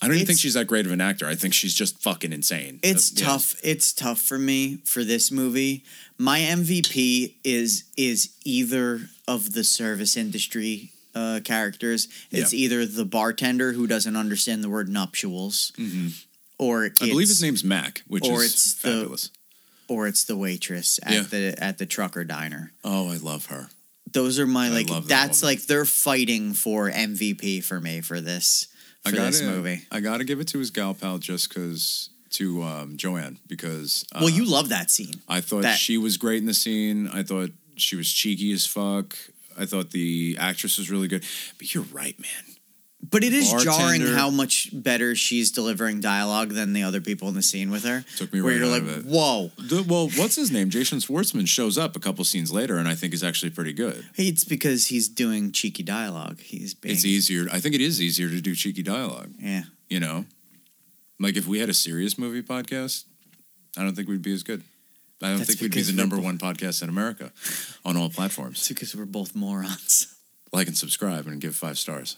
I don't even
it's-
think she's that great of an actor. I think she's just fucking insane.
It's
Uh, yeah.
tough. It's tough for me for this movie. My MVP is is either of the service industry uh, characters. It's
Yeah.
either the bartender who doesn't understand the word nuptials, or it's,
Mm-hmm. I believe his name's Mac, which
or
is
it's the-
fabulous.
or it's the waitress at
Yeah.
the at the trucker diner.
oh, I love her.
Those are my like.
love that
that's
woman.
like they're fighting for MVP for me for this for
I gotta,
this movie.
I gotta give it to his gal pal just because to um, Joanne because uh,
well, you love that scene.
I thought
that-
she was great in the scene. I thought she was cheeky as fuck. I thought the actress was really good. But you're right, man.
But it is jarring
bartender-
how much better she's delivering dialogue than the other people in the scene with her.
Took me
where
right
you're
out
like,
of it.
whoa.
The, well, what's his name? Jason Schwartzman shows up a couple scenes later, and I think is actually pretty good.
It's because he's doing cheeky dialogue. He's being
It's easier. I think it is easier to do cheeky dialogue.
yeah.
You know, like if we had a serious movie podcast, I don't think we'd be as good. I don't
That's
think we'd be
because
the
we're
number one podcast in America on all platforms.
It's because we're both morons.
Like and subscribe and give five stars.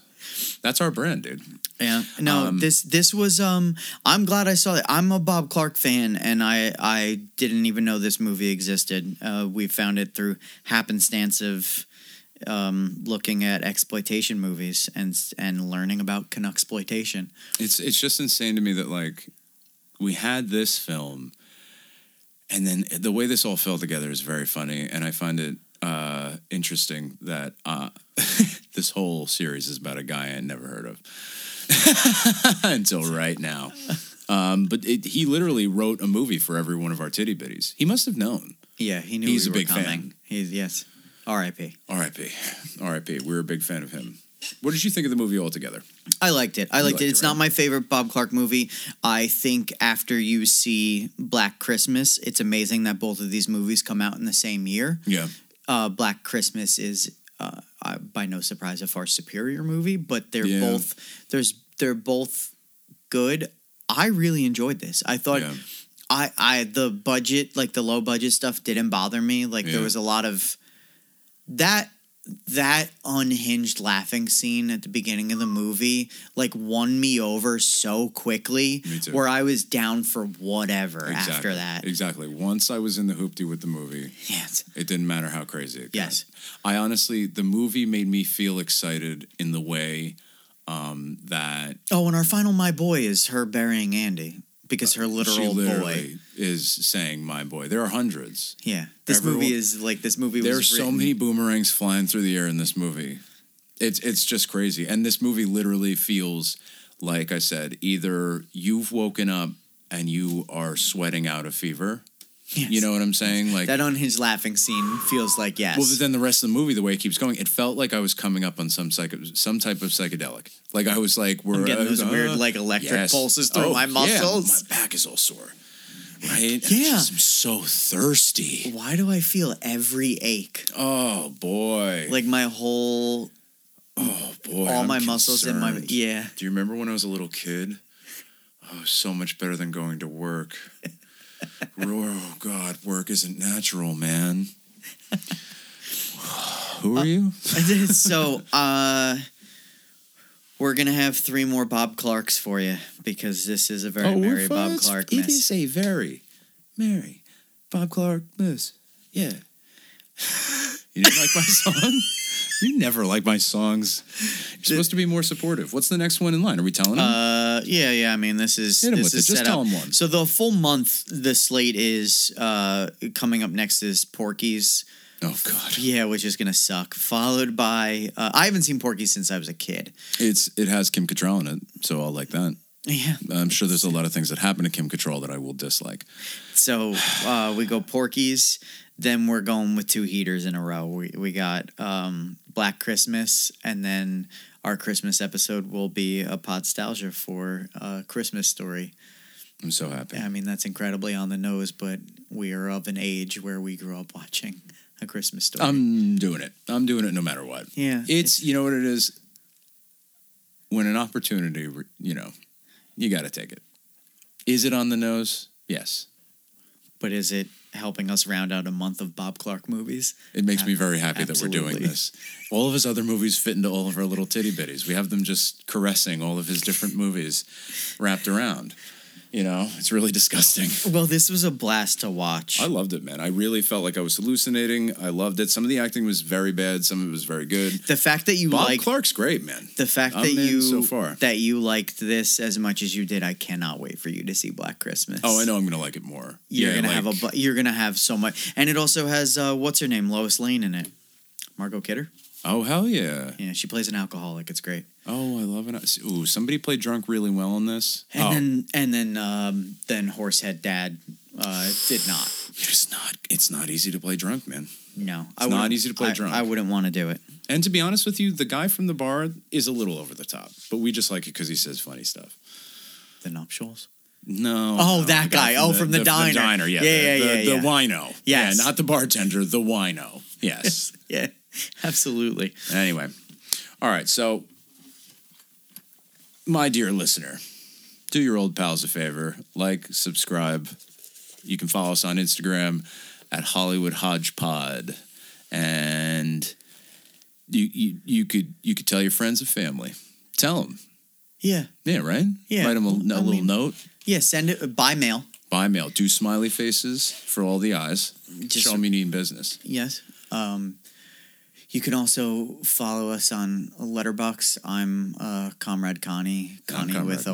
That's our brand, dude.
Yeah. No,
Um,
this this was um I'm glad I saw it. I'm a Bob Clark fan and I I didn't even know this movie existed. Uh we found it through happenstance of um looking at exploitation movies and s- and learning about exploitation.
It's it's just insane to me that like we had this film, and then the way this all fell together is very funny, and I find it uh, interesting that uh, this whole series is about a guy I never heard of until right now. Um, but it, he literally wrote a movie for every one of our titty bitties. He must have known.
Yeah, he knew
He's a
we were
big fan.
coming. He's yes. R.I.P.
R.I.P. R.I.P. We were a big fan of him. What did you think of the movie altogether?
I liked it. I liked,
liked
it.
it,
It's
right?
not my favorite Bob Clark movie. I think after you see Black Christmas, it's amazing that both of these movies come out in the same year.
Yeah.
uh, Black Christmas is uh, uh, by no surprise a far superior movie, but they're
Yeah.
both there's they're both good. I really enjoyed this. I thought
Yeah.
I I the budget like the low budget stuff didn't bother me. Like
Yeah.
there was a lot of that that unhinged laughing scene at the beginning of the movie like won me over so quickly
Me too.
where I was down for whatever after that.
Exactly. Once I was in the hoopty with the movie,
Yes.
It didn't matter how crazy it got.
Yes.
I honestly, the movie made me feel excited in the way um, that
Oh, and our final my boy is her burying Andy because her
Uh, she
literal boy.
literally is saying, my boy. There are hundreds.
Yeah. This
Everyone-
movie is like this movie
There are
was
so
written-
many boomerangs flying through the air in this movie. It's, it's just crazy. And this movie literally feels, like I said, either you've woken up and you are sweating out a fever.
Yes.
You know what I'm saying? Like
that unhinged laughing scene feels like yes.
Well, but then the rest of the movie, the way it keeps going, it felt like I was coming up on some psycho, some type of psychedelic. Like I was like, we're
I'm getting those
uh,
weird like electric
yes.
pulses through
Oh,
my
yeah,
muscles.
my back is all sore. Right? And
Yeah.
I'm so thirsty.
Why do I feel every ache?
Oh boy.
Like my whole
oh boy.
all
I'm
my muscles in my
concerned.
yeah.
Do you remember when I was a little kid? Oh, so much better than going to work. oh God, work isn't natural, man.
Uh,
Who are you?
so uh we're gonna have three more Bob Clarks for you because this is a very
Oh, we're
merry Bob
friends?
Clark
It is
miss.
a very merry Bob Clark miss. Yeah. you didn't like my song? You never like my songs. You're supposed to be more supportive. What's the next one in line? Are we telling them?
Uh, yeah, yeah. I mean, this is
Hit 'em
this
with
is
it. Just
set
tell
up.
'em one.
So the full month the slate is uh coming up next is Porky's.
oh God,
Yeah, which is gonna suck. Followed by uh, I haven't seen Porky since I was a kid.
it's it has Kim Cattrall in it, so I'll like that.
Yeah.
I'm sure there's a lot of things that happen to Kim Cattrall that I will dislike.
So uh, we go Porky's. Then we're going with two heaters in a row. We we got um Black Christmas, and then our Christmas episode will be a podstalgia for uh, Christmas story.
I'm so happy.
I mean, that's incredibly on the nose, but we are of an age where we grew up watching A Christmas Story.
I'm doing it. I'm doing it no matter what.
yeah,
Um, It's you know what it is. When an opportunity, re- you know, you got to take it. Is it on the nose? Yes.
but is it helping us round out a month of Bob Clark movies?
It makes me very happy that we're
Absolutely.
doing this. All of his other movies fit into all of our little titty bitties. We have them just caressing all of his different movies wrapped around. You know, it's really disgusting.
Well, this was a blast to watch.
I loved it, man. I really felt like I was hallucinating. I loved it. Some of the acting was very bad. Some of it was very good.
the fact that you
Bob
liked
Clark's great, man.
the fact
I'm
that
in
you
so far.
that you liked this as much as you did, I cannot wait for you to see Black Christmas.
Oh, I know I'm gonna like it more.
You're
Yeah,
gonna
like-
have a bu- you're gonna have so much, and it also has uh, what's her name, Lois Lane in it. Margot Kidder.
oh hell yeah.
Yeah, she plays an alcoholic. It's great.
Oh, I love it. Ooh, somebody played drunk really well on this.
And
oh,
then and then um, then Horsehead Dad uh, did not.
it's not. It's not easy to play drunk, man.
No, it's
not easy to play
I,
drunk.
I wouldn't want to do it.
And to be honest with you, the guy from the bar is a little over the top, but we just like it because he says funny stuff.
The nuptials.
No.
Oh,
no,
that
the
guy. Oh, from the diner.
diner. Yeah.
Yeah,
the,
yeah,
the,
yeah,
The
yeah.
wino.
Yes.
Yeah, not the bartender. The wino. Yes.
Yeah, absolutely.
anyway, all right. So, my dear listener, do your old pals a favor: like, subscribe, You can follow us on Instagram at Hollywood Hodge Pod, and you, you you could you could tell your friends and family. Tell them,
Yeah.
yeah, right.
Yeah,
write them a, a
I
little
mean-
note
Yeah. Send it by mail.
by mail. Do smiley faces for all the eyes.
Just-
Show 'em you need business.
Yes. Um, you can also follow us on Letterbox. I'm uh, Comrade Connie. Connie
Comrade
with a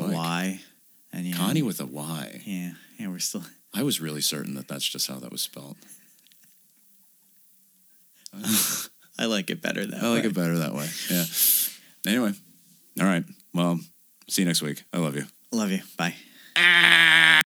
Mike.
Y. And yeah,
Connie with a Y.
Yeah. Yeah. We're still.
I was really certain that that's just how that was spelled.
I like it better though.
I like it better that way. Yeah. Anyway, all right. Well, see you next week. I love you.
Love you. Bye.
Ah!